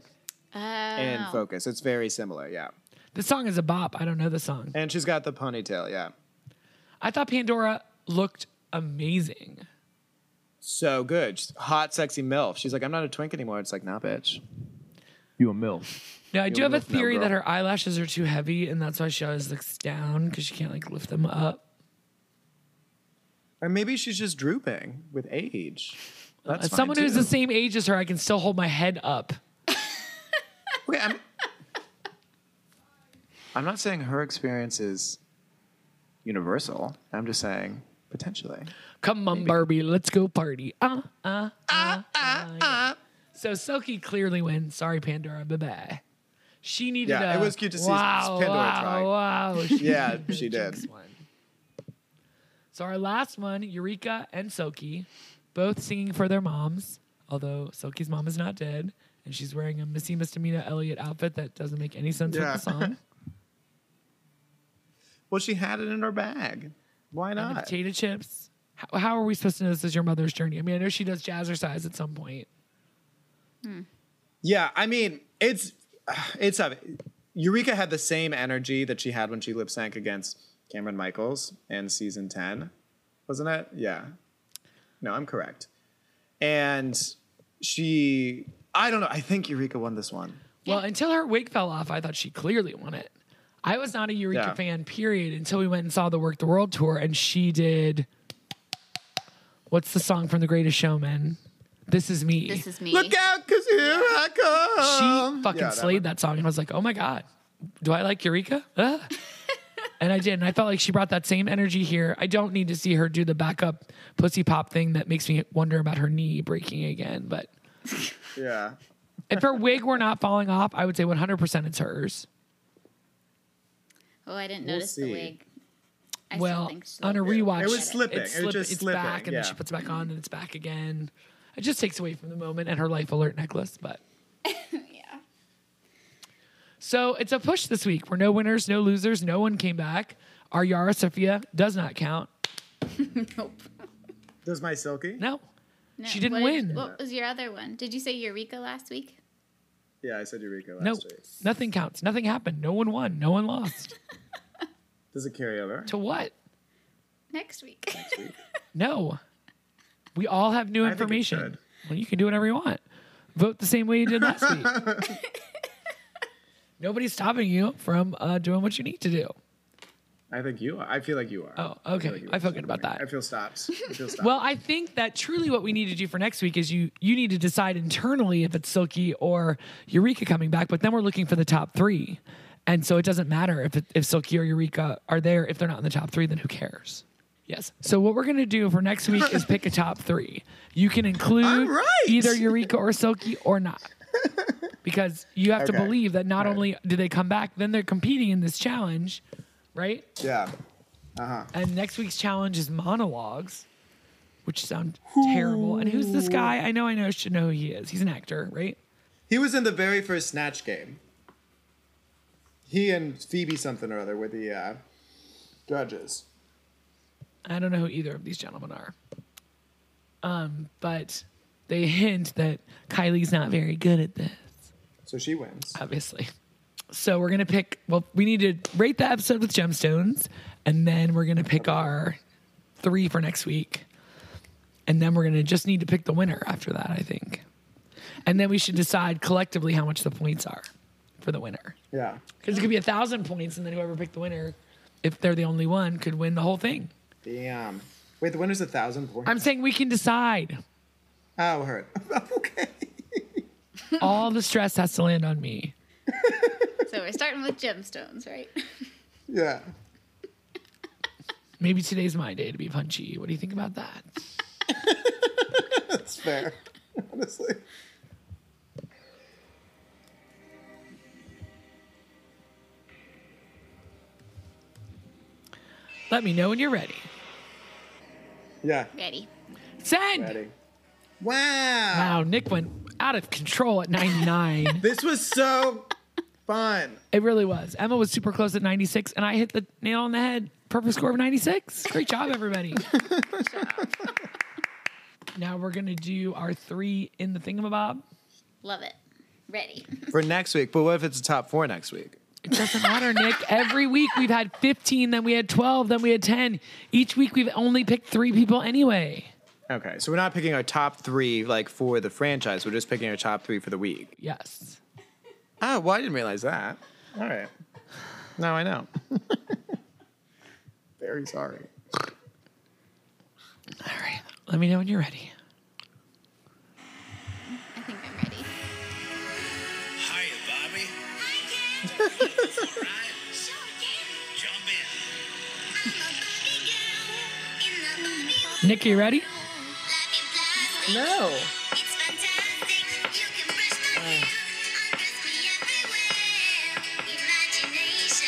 Speaker 1: In
Speaker 3: Uh,
Speaker 1: Focus, it's very similar. Yeah.
Speaker 2: The song is a bop. I don't know the song.
Speaker 1: And she's got the ponytail. Yeah.
Speaker 2: I thought Pandora looked amazing.
Speaker 1: So good. She's hot, sexy milf. She's like, I'm not a twink anymore. It's like, nah, bitch. You a milf.
Speaker 2: Now I do have a
Speaker 1: lift now,
Speaker 2: theory that
Speaker 1: girl.
Speaker 2: her eyelashes are too heavy, and that's why she always looks down because she can't like lift them up.
Speaker 1: Or maybe she's just drooping with age. That's
Speaker 2: As
Speaker 1: fine,
Speaker 2: someone who's
Speaker 1: too.
Speaker 2: the same age as her, I can still hold my head up.
Speaker 1: Okay, I'm, (laughs) I'm not saying her experience is universal. I'm just saying potentially.
Speaker 2: Come on, Barbie, let's go party. Uh, uh, uh, uh, yeah. So Silky clearly wins. Sorry, Pandora. Bye bye. She needed.
Speaker 1: Yeah,
Speaker 2: a,
Speaker 1: it was cute to see
Speaker 2: wow,
Speaker 1: Pandora
Speaker 2: wow,
Speaker 1: try.
Speaker 2: Wow, she
Speaker 1: Yeah,
Speaker 2: needed the
Speaker 1: she did.
Speaker 2: Jinx One. So our last one, Eureka and Silky, both singing for their moms. Although Silky's mom is not dead, and she's wearing a Missy Misdemeanor Elliott outfit that doesn't make any sense
Speaker 1: Yeah.
Speaker 2: with
Speaker 1: (laughs)
Speaker 2: the song.
Speaker 1: Well, she had it in her bag. Why
Speaker 2: and the
Speaker 1: not?
Speaker 2: potato chips. How, how are we supposed to know this is your mother's journey? I mean, I know she does jazzercise at some point.
Speaker 1: Yeah, I mean, it's (sighs) it's uh, Eureka had the same energy that she had when she lip sank against Cameron Michaels in season ten, wasn't it? Yeah. No, I'm correct. And she, I don't know. I think Eureka won this one.
Speaker 2: Well, until her wig fell off, I thought she clearly won it. I was not a Eureka
Speaker 1: Yeah.
Speaker 2: fan, period, until we went and saw the Work the World tour, and she did. What's the song from The Greatest Showman? This is me.
Speaker 3: this is me.
Speaker 1: Look out, cause here I come.
Speaker 2: she fucking
Speaker 1: Yeah, that
Speaker 2: slayed that song, and I was like, oh my god, do I like Eureka?
Speaker 1: (laughs)
Speaker 2: Ah. and I did, and I felt like she brought that same energy here. I don't need to see her do the backup pussy pop thing that makes me wonder about her knee breaking again, but.
Speaker 1: one. Yeah.
Speaker 2: If her wig were not falling off, I would say 100% it's hers.
Speaker 3: oh, I didn't
Speaker 1: We'll
Speaker 3: notice
Speaker 1: see.
Speaker 3: the wig. I still
Speaker 2: well,
Speaker 3: think she
Speaker 2: on a
Speaker 3: looked really
Speaker 2: rewatch,
Speaker 1: It was
Speaker 3: pathetic.
Speaker 1: slipping.
Speaker 2: It's,
Speaker 1: It was just
Speaker 2: it's
Speaker 1: slipping,
Speaker 2: back, and then
Speaker 1: yeah.
Speaker 2: she puts it back on, and it's back again. It just takes away from the moment and her life alert necklace. But
Speaker 3: (laughs) Yeah.
Speaker 2: so it's a push this week. We're no winners, no losers. No one came back. Our Yara Sophia does not count.
Speaker 3: Nope.
Speaker 1: Does my silky?
Speaker 2: No,
Speaker 3: No.
Speaker 2: She didn't
Speaker 3: What did-
Speaker 2: win.
Speaker 3: what was your other one? Did you say Eureka last week?
Speaker 1: Yeah, I said Eureka last
Speaker 2: no,
Speaker 1: week.
Speaker 2: nothing counts. Nothing happened. No one won. No one lost. (laughs)
Speaker 1: Does it carry over?
Speaker 2: to what?
Speaker 3: Next week.
Speaker 2: No. We all have new
Speaker 1: I think it
Speaker 2: information.
Speaker 1: should.
Speaker 2: Well, you can do whatever you want. Vote the same way you did last
Speaker 1: (laughs)
Speaker 2: week. Nobody's stopping you from uh, doing what you need to do.
Speaker 1: I think you are. I feel like you are.
Speaker 2: Oh,
Speaker 1: I feel
Speaker 2: okay.
Speaker 1: like you
Speaker 2: I
Speaker 1: are.
Speaker 2: feel good about that.
Speaker 1: I feel stops. I
Speaker 2: (laughs)
Speaker 1: feel stops.
Speaker 2: Well, I think that truly what we need to do for next week is you you need to decide internally if it's Silky or Eureka coming back, but then we're looking for the top three, and so it doesn't matter if it, if Silky or Eureka are there. If they're not in the top three, then who cares? Yes. So what we're gonna do for next week is pick a top three. You can include
Speaker 1: All right.
Speaker 2: either Eureka or Silky or
Speaker 1: (laughs)
Speaker 2: not. Because you have to
Speaker 1: Okay.
Speaker 2: believe that not only do they come back, then they're competing in this challenge, right?
Speaker 1: Yeah.
Speaker 2: And next week's challenge is monologues, which sound terrible. And who's this guy? I know I know should know who he is. He's an actor, right?
Speaker 1: He was in the very first Snatch game. He and Phoebe something or other were the uh, judges.
Speaker 2: I don't know who either of these gentlemen are. Um, but they hint that Kylie's not very good at this,
Speaker 1: So she wins.
Speaker 2: Uh, obviously. So we're gonna pick. Well, we need to rate the episode with gemstones, and then we're gonna pick our three for next week, and then we're gonna just need to pick the winner after that, I think. And then we should decide collectively how much the points are for the winner,
Speaker 1: Yeah.
Speaker 2: because it could be a thousand points, and then whoever picked the winner, if they're the only one, could win the whole thing.
Speaker 1: Damn. Wait, the winner's a thousand points.
Speaker 2: I'm saying we can decide.
Speaker 1: oh, hurt. (laughs) okay.
Speaker 2: all the stress has to land on me.
Speaker 3: (laughs) So we're starting with gemstones, right?
Speaker 1: Yeah.
Speaker 2: Maybe today's my day to be punchy. What do you think about that?
Speaker 1: That's fair. (laughs) Honestly.
Speaker 2: Let me know when you're ready.
Speaker 1: Yeah.
Speaker 3: Ready.
Speaker 2: Send.
Speaker 1: Ready. Wow.
Speaker 2: Wow, Nick went out of control
Speaker 1: (laughs)
Speaker 2: at 99.
Speaker 1: This was so fun.
Speaker 2: it really was. Emma was super close at 96, and I hit the nail on the head. Perfect score of 96. Great job, everybody. now we're gonna do our three in the thingamabob.
Speaker 3: Love it. Ready.
Speaker 1: For next week, but what if it's a top four next week?
Speaker 2: It doesn't matter, Nick. Every week we've had 15, then we had 12, then we had 10. Each week we've only picked three people anyway.
Speaker 1: Okay, so we're not picking our top three like for the franchise. We're just picking our top three for the week.
Speaker 2: Yes.
Speaker 1: Oh, well, I didn't realize that. All right, now I know. (laughs) Very sorry.
Speaker 2: All right. Let me know when you're ready.
Speaker 3: I think I'm ready.
Speaker 4: Hiya, Bobby. Right? Jump in.
Speaker 2: Nick, you ready?
Speaker 1: No.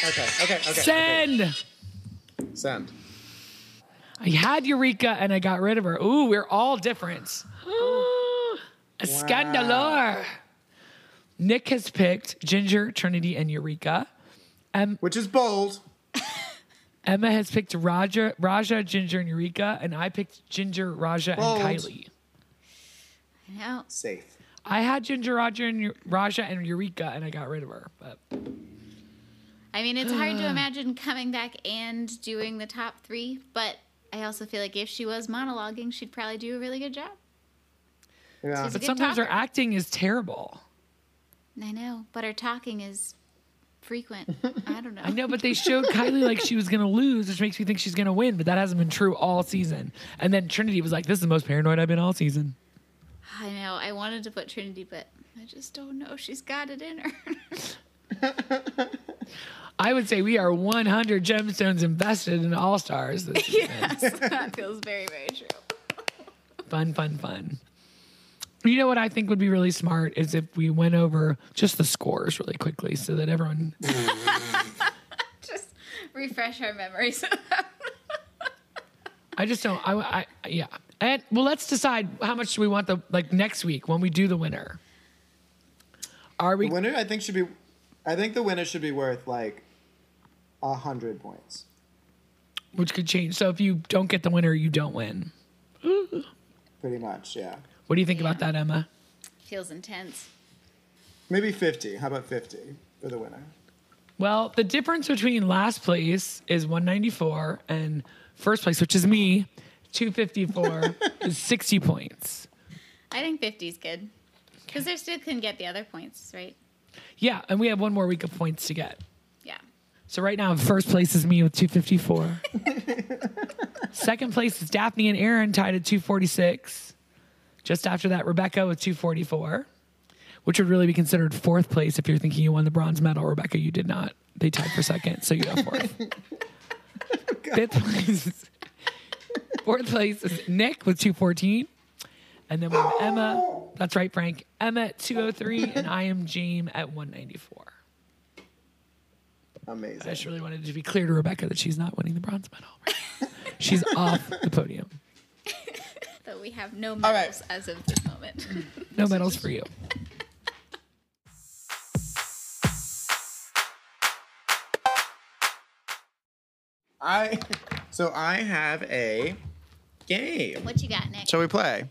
Speaker 1: Okay. Okay. Okay.
Speaker 2: Send.
Speaker 1: okay. Send.
Speaker 2: I had Eureka and I got rid of her. Ooh, we're all different. A scandalor. Nick has picked Ginger, Trinity, and Eureka.
Speaker 1: Which is bold.
Speaker 2: Emma has picked Raja, Raja, Ginger, and Eureka, and I picked Ginger, Raja,
Speaker 1: Bold.
Speaker 2: and Kylie.
Speaker 3: Now,
Speaker 1: Safe.
Speaker 2: I had Ginger, Raja, and Eu- Raja, and Eureka, and I got rid of her. But
Speaker 3: I mean,
Speaker 1: (gasps)
Speaker 3: it's hard to imagine coming back and doing the top three, but I also feel like if she was monologuing, she'd probably do a really good job.
Speaker 1: Yeah.
Speaker 3: She's a
Speaker 2: but
Speaker 3: good
Speaker 2: sometimes her
Speaker 3: talker.
Speaker 2: acting is terrible.
Speaker 3: I know, but her talking is
Speaker 1: (laughs)
Speaker 3: frequent. I don't know.
Speaker 2: I know, but they showed Kylie like she was gonna lose, which makes me think she's gonna win, but that hasn't been true all season. And then Trinity was like, This is the most paranoid I've been all season.
Speaker 3: I know. I wanted to put Trinity, but I just don't know. if She's got it in her. (laughs)
Speaker 2: I would say we are 100 gemstones invested in All Stars this season.
Speaker 3: that feels very, very true.
Speaker 2: Fun, fun, fun. You know what I think would be really smart is if we went over just the scores really quickly so that everyone.
Speaker 3: Just refresh our memories. (laughs)
Speaker 2: I just don't. I, I yeah. And well, let's decide how much do we want the like next week when we do the winner. Are we
Speaker 1: The winner, I think, should be. I think the winner should be worth like a hundred points.
Speaker 2: which could change. So if you don't get the winner, you don't win.
Speaker 1: Pretty much. Yeah.
Speaker 2: What do you think about that, Emma?
Speaker 3: feels intense.
Speaker 1: Maybe fifty. How about fifty for the winner?
Speaker 2: Well, the difference between last place is 194 and first place, which is me, 254 is 60 points.
Speaker 3: I think 50's good. Because they still can get the other points, right?
Speaker 2: Yeah, and we have one more week of points to get.
Speaker 3: Yeah.
Speaker 2: So right now, first place is me with 254. Second place is Daphne and Aaron tied at 246. Just after that, Rebecca with 244, which would really be considered fourth place if you're thinking you won the bronze medal. Rebecca, you did not. They tied for second, so you got fourth. Fifth place Fourth place is Nick with 214. And then we have Emma. That's right, Frank. Emma at 203. And I am James at 194.
Speaker 1: Amazing.
Speaker 2: I just really wanted to be clear to Rebecca that she's not winning the bronze medal.
Speaker 3: (laughs)
Speaker 2: she's off the podium.
Speaker 3: But we have no
Speaker 1: right.
Speaker 3: medals as of this moment. (laughs)
Speaker 2: No medals for you.
Speaker 1: I so I have a game.
Speaker 3: what you got, Nick?
Speaker 1: Shall we play?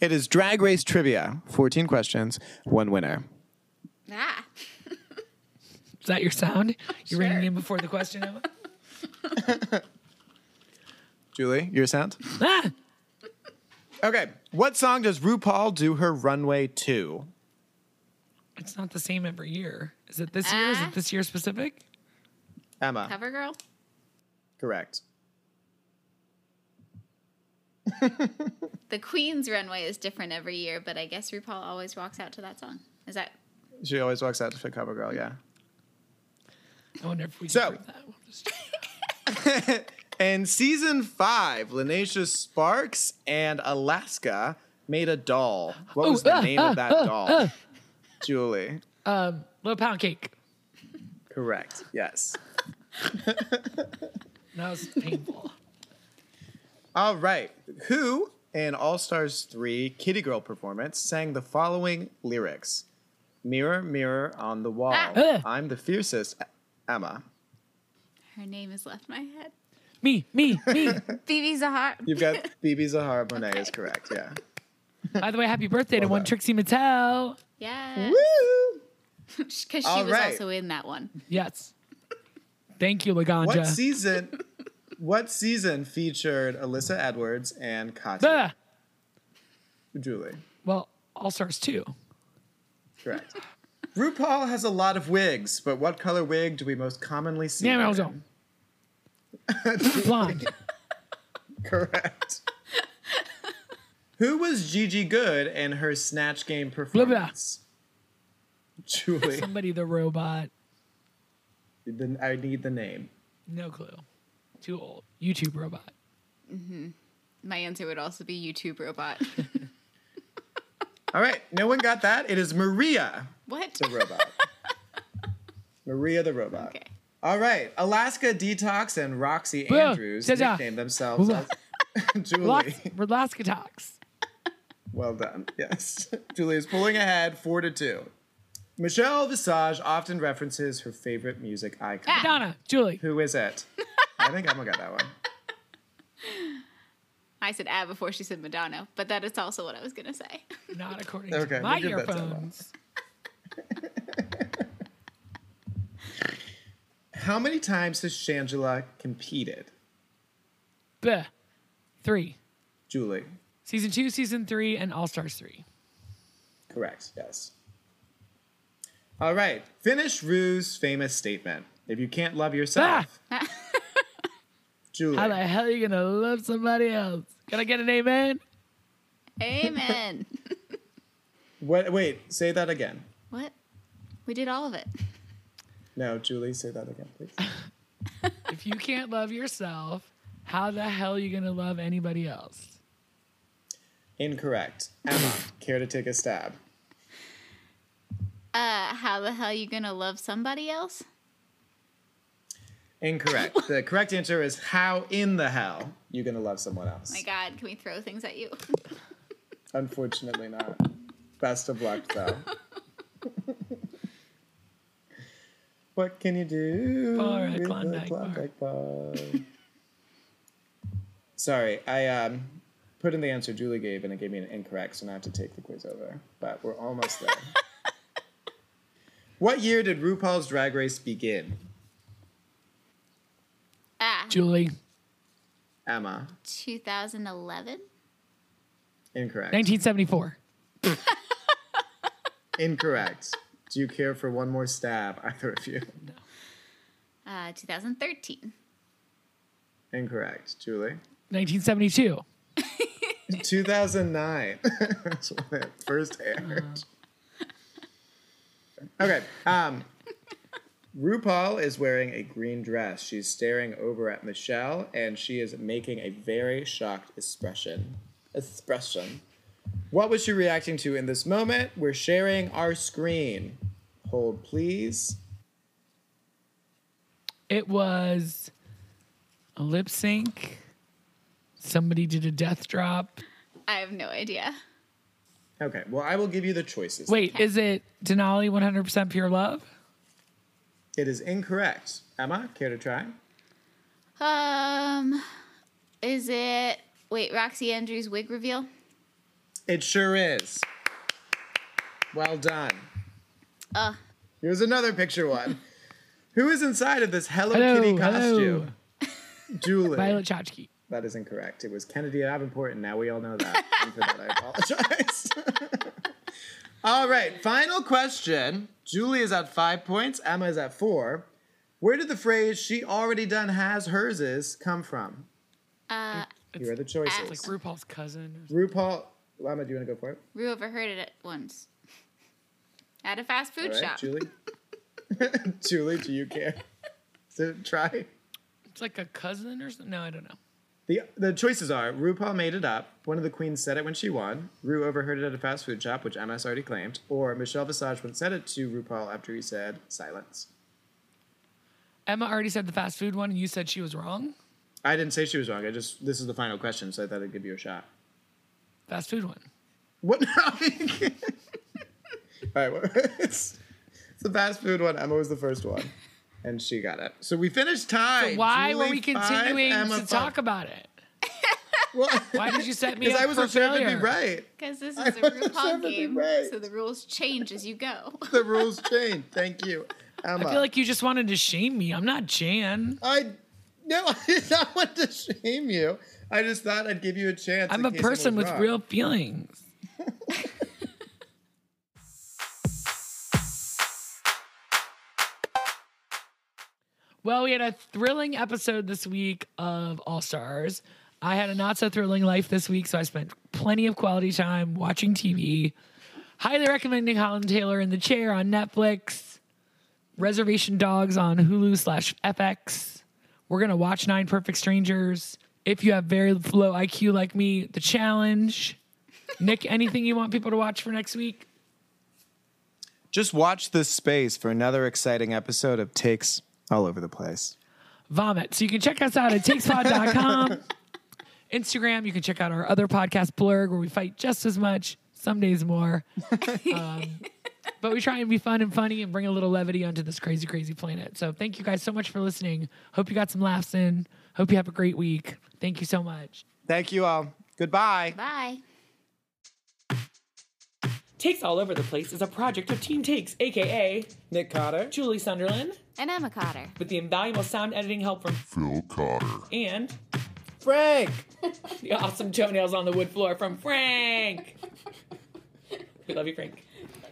Speaker 1: It is drag race trivia. 14 questions, one winner.
Speaker 3: Ah,
Speaker 2: Is that your sound? You're
Speaker 3: Sure.
Speaker 2: reading in before the question,
Speaker 3: (laughs)
Speaker 2: Emma?
Speaker 1: Julie, your sound?
Speaker 2: ah!
Speaker 1: Okay. What song does RuPaul do her runway to?
Speaker 2: It's not the same every year. Is it this year? Is
Speaker 3: Ah.
Speaker 2: it this year specific?
Speaker 1: Emma.
Speaker 3: cover girl.
Speaker 1: Correct.
Speaker 3: The Queen's runway is different every year, but I guess RuPaul always walks out to that song. Is that
Speaker 1: She always walks out to fit cover girl, yeah.
Speaker 2: I wonder if we
Speaker 1: So-
Speaker 2: can prove that. We'll just-
Speaker 1: In season five, Lanacia Sparks and Alaska made a doll. What
Speaker 2: Oh,
Speaker 1: was
Speaker 3: ah,
Speaker 1: the
Speaker 2: uh,
Speaker 1: name
Speaker 2: uh,
Speaker 1: of that
Speaker 2: uh,
Speaker 1: doll?
Speaker 2: uh.
Speaker 1: Julie.
Speaker 2: Um, little pound cake.
Speaker 1: Correct.
Speaker 3: (laughs)
Speaker 1: Yes.
Speaker 2: That was painful.
Speaker 1: All right. Who in All Stars 3 Kitty Girl performance sang the following lyrics Mirror, mirror on the wall.
Speaker 3: Ah.
Speaker 2: Ugh.
Speaker 1: I'm the fiercest. Emma.
Speaker 3: her name has left my head?
Speaker 2: me, me, me.
Speaker 3: Phoebe Zahar.
Speaker 1: You've
Speaker 3: (laughs)
Speaker 1: got Bibi Zahara Bonet is correct. Yeah.
Speaker 2: By the way, happy birthday to
Speaker 1: Well
Speaker 2: one
Speaker 1: done.
Speaker 2: Trixie Mattel.
Speaker 3: Yeah, (laughs)
Speaker 1: Woo!
Speaker 3: because she
Speaker 1: All
Speaker 3: was
Speaker 1: right.
Speaker 3: also in that one.
Speaker 2: Yes. Thank you,
Speaker 1: What
Speaker 2: Laganja.
Speaker 1: season? What season featured Alyssa Edwards and Katya?
Speaker 2: Bah.
Speaker 1: Julie,
Speaker 2: Ah. Well, All
Speaker 1: (laughs)
Speaker 2: Stars 2.
Speaker 1: correct. RuPaul has a lot of wigs, but what color wig do we most commonly see?
Speaker 2: Yeah,
Speaker 1: her
Speaker 2: I was
Speaker 1: in?
Speaker 2: on. Blonde.
Speaker 1: Correct. Who was Gigi Good in her Snatch Game performance? Julie,
Speaker 2: Somebody the robot.
Speaker 1: then I need the name.
Speaker 2: No clue. Too old. YouTube robot.
Speaker 3: My answer would also be
Speaker 1: (laughs)
Speaker 3: YouTube robot. (laughs)
Speaker 1: All right, no one got that. It is Maria
Speaker 3: What?
Speaker 1: the
Speaker 2: (laughs)
Speaker 1: robot. Maria the robot.
Speaker 3: Okay.
Speaker 1: All right, Alaska Detox and Roxy
Speaker 2: Boo,
Speaker 1: Andrews
Speaker 2: ja-ja.
Speaker 1: nicknamed themselves as (laughs) Julie.
Speaker 2: Relax, Relaska Talks.
Speaker 1: Well done. Yes. (laughs) Julie is pulling ahead four to two. Michelle Visage often references her favorite music icon.
Speaker 3: Ah.
Speaker 2: Donna, Julie.
Speaker 1: Who is it? I think Emma got that one.
Speaker 3: I said ah before she said Madonna, but that is also what I was gonna say. (laughs)
Speaker 2: Not according
Speaker 1: Okay,
Speaker 2: to my
Speaker 1: we'll give that to Emma.
Speaker 2: earphones.
Speaker 1: How many times has Shangela competed?
Speaker 2: Bleh. Three.
Speaker 1: Julie.
Speaker 2: Season two, season three, and All Stars three.
Speaker 1: Correct. Yes. All right. Finish Rue's famous statement. If you can't love yourself. Julie.
Speaker 2: How the hell are you gonna love somebody else? Can I get an amen?
Speaker 3: Amen.
Speaker 1: (laughs) What, wait, say that again.
Speaker 3: what? We did all of it.
Speaker 1: No, Julie, say that again, please.
Speaker 2: If you can't love yourself, how the hell are you gonna love anybody else?
Speaker 1: Incorrect. Emma, care to take a stab?
Speaker 3: Uh, how the hell you gonna love somebody else?
Speaker 1: Incorrect. the correct answer is how in the hell you gonna love someone else?
Speaker 3: My God, can we throw things at you? (laughs)
Speaker 1: Unfortunately not. Best of luck
Speaker 2: (laughs)
Speaker 1: though. what can you do?
Speaker 2: Bar at
Speaker 1: with the
Speaker 2: Klondike Bar.
Speaker 1: Klondike Bar? Sorry, I um, put in the answer Julie gave and it gave me an incorrect, so now I have to take the quiz over. But we're almost
Speaker 2: (laughs)
Speaker 1: there. what year did RuPaul's Drag Race begin?
Speaker 3: Ah,
Speaker 2: Julie,
Speaker 1: Emma,
Speaker 3: 2011.
Speaker 1: incorrect.
Speaker 2: 1974.
Speaker 1: Incorrect. Do you care for one more stab, (laughs) either of you?
Speaker 3: Uh, 2013.
Speaker 1: Incorrect. Julie?
Speaker 2: 1972.
Speaker 1: 2009. That's when it first aired. Okay. Um, RuPaul is wearing a green dress. She's staring over at Michelle and she is making a very shocked expression. Expression. What was she reacting to in this moment? We're sharing our screen. Hold, please.
Speaker 2: It was a lip sync. Somebody did a death drop.
Speaker 3: I have no idea.
Speaker 1: Okay, well, I will give you the choices.
Speaker 2: Wait, is it Denali 100% Pure Love?
Speaker 1: It is incorrect. Emma, care to try?
Speaker 3: Um, is it wait Roxy Andrews wig reveal?
Speaker 1: It sure is. Well done.
Speaker 3: Uh,
Speaker 1: Here's another picture one. Who is inside of this Hello,
Speaker 2: Hello,
Speaker 1: Kitty
Speaker 2: hello.
Speaker 1: costume?
Speaker 3: (laughs)
Speaker 1: Julie.
Speaker 2: Violet Chachki.
Speaker 1: That is incorrect. It was Kennedy Davenport, and now we all know that. And for that, I apologize. (laughs) all right, final question. Julie is at five points, Emma is at four. Where did the phrase she already done has hers is come from?
Speaker 3: uh,
Speaker 1: Here are the choices.
Speaker 3: It's
Speaker 2: Like RuPaul's cousin.
Speaker 1: RuPaul, Lama, do you want to go for it?
Speaker 3: Rue overheard it once at a fast food
Speaker 1: All right,
Speaker 3: shop.
Speaker 1: Julie. (laughs) Julie, do you
Speaker 2: (laughs)
Speaker 1: care to try?
Speaker 2: It's like a cousin or something. No, I don't know.
Speaker 1: The, the choices are RuPaul made it up, one of the queens said it when she won, Ru overheard it at a fast food shop, which MS already claimed, or Michelle Visage once said it to RuPaul after he said silence.
Speaker 2: Emma already said the fast food one, and you said she was wrong.
Speaker 1: I didn't say she was wrong. I just, this is the final question, so I thought I'd give you a shot. (laughs)
Speaker 2: Fast food one.
Speaker 1: What? (laughs) All right, well, (laughs) it's, it's the fast food one. Emma was the first one, and she got it. So we finished time.
Speaker 2: Why were
Speaker 1: Julie
Speaker 2: we
Speaker 1: five,
Speaker 2: continuing
Speaker 1: Emma
Speaker 2: to
Speaker 1: five.
Speaker 2: talk about it?
Speaker 1: (laughs) Well,
Speaker 2: Why did you
Speaker 1: (laughs)
Speaker 2: set me
Speaker 1: Because
Speaker 2: up
Speaker 1: I was
Speaker 2: for
Speaker 1: afraid to be
Speaker 2: failure?
Speaker 1: right.
Speaker 3: Because this
Speaker 1: I
Speaker 3: is a
Speaker 1: wasn't sure if
Speaker 3: RuPaul
Speaker 1: it'd be
Speaker 3: game,
Speaker 1: right.
Speaker 3: so the rules change as you go.
Speaker 1: The
Speaker 2: (laughs)
Speaker 1: rules change. Thank you, Emma.
Speaker 2: I feel like you just wanted to shame me. I'm not Jan.
Speaker 1: I no, (laughs) I did not want to shame you. I just thought I'd give you a chance.
Speaker 2: I'm
Speaker 1: in
Speaker 2: a
Speaker 1: case I
Speaker 2: person
Speaker 1: was
Speaker 2: with
Speaker 1: wrong.
Speaker 2: real
Speaker 1: (laughs)
Speaker 2: feelings. Well, we had a thrilling episode this week of All Stars. I had a not so thrilling life this week, so I spent plenty of quality time watching TV. Highly recommending Holland Taylor in the Chair on Netflix, Reservation Dogs on Hulu slash FX. We're gonna watch Nine Perfect Strangers. If you have very low IQ like me, The Challenge. Nick, anything you want people to watch for next week?
Speaker 1: Just watch this space for another exciting episode of Takes All Over the Place.
Speaker 2: Vomit. So you can check us out at takespod.com. Instagram, you can check out our other podcast, Blurg, where we fight just as much, some days more. um, but we try and be fun and funny and bring a little levity onto this crazy, crazy planet. So thank you guys so much for listening. Hope you got some laughs in. Hope you have a great week. Thank you so much.
Speaker 1: Thank you all. Goodbye.
Speaker 3: Bye.
Speaker 2: Takes All Over the Place is a project of Team Takes, aka
Speaker 1: Nick Cotter.
Speaker 2: Julie Sunderland,
Speaker 3: And Emma Cotter.
Speaker 2: with the invaluable sound editing help from
Speaker 5: Phil Cotter.
Speaker 2: and
Speaker 1: Frank.
Speaker 2: the awesome toenails on the wood floor from Frank. we love you, Frank.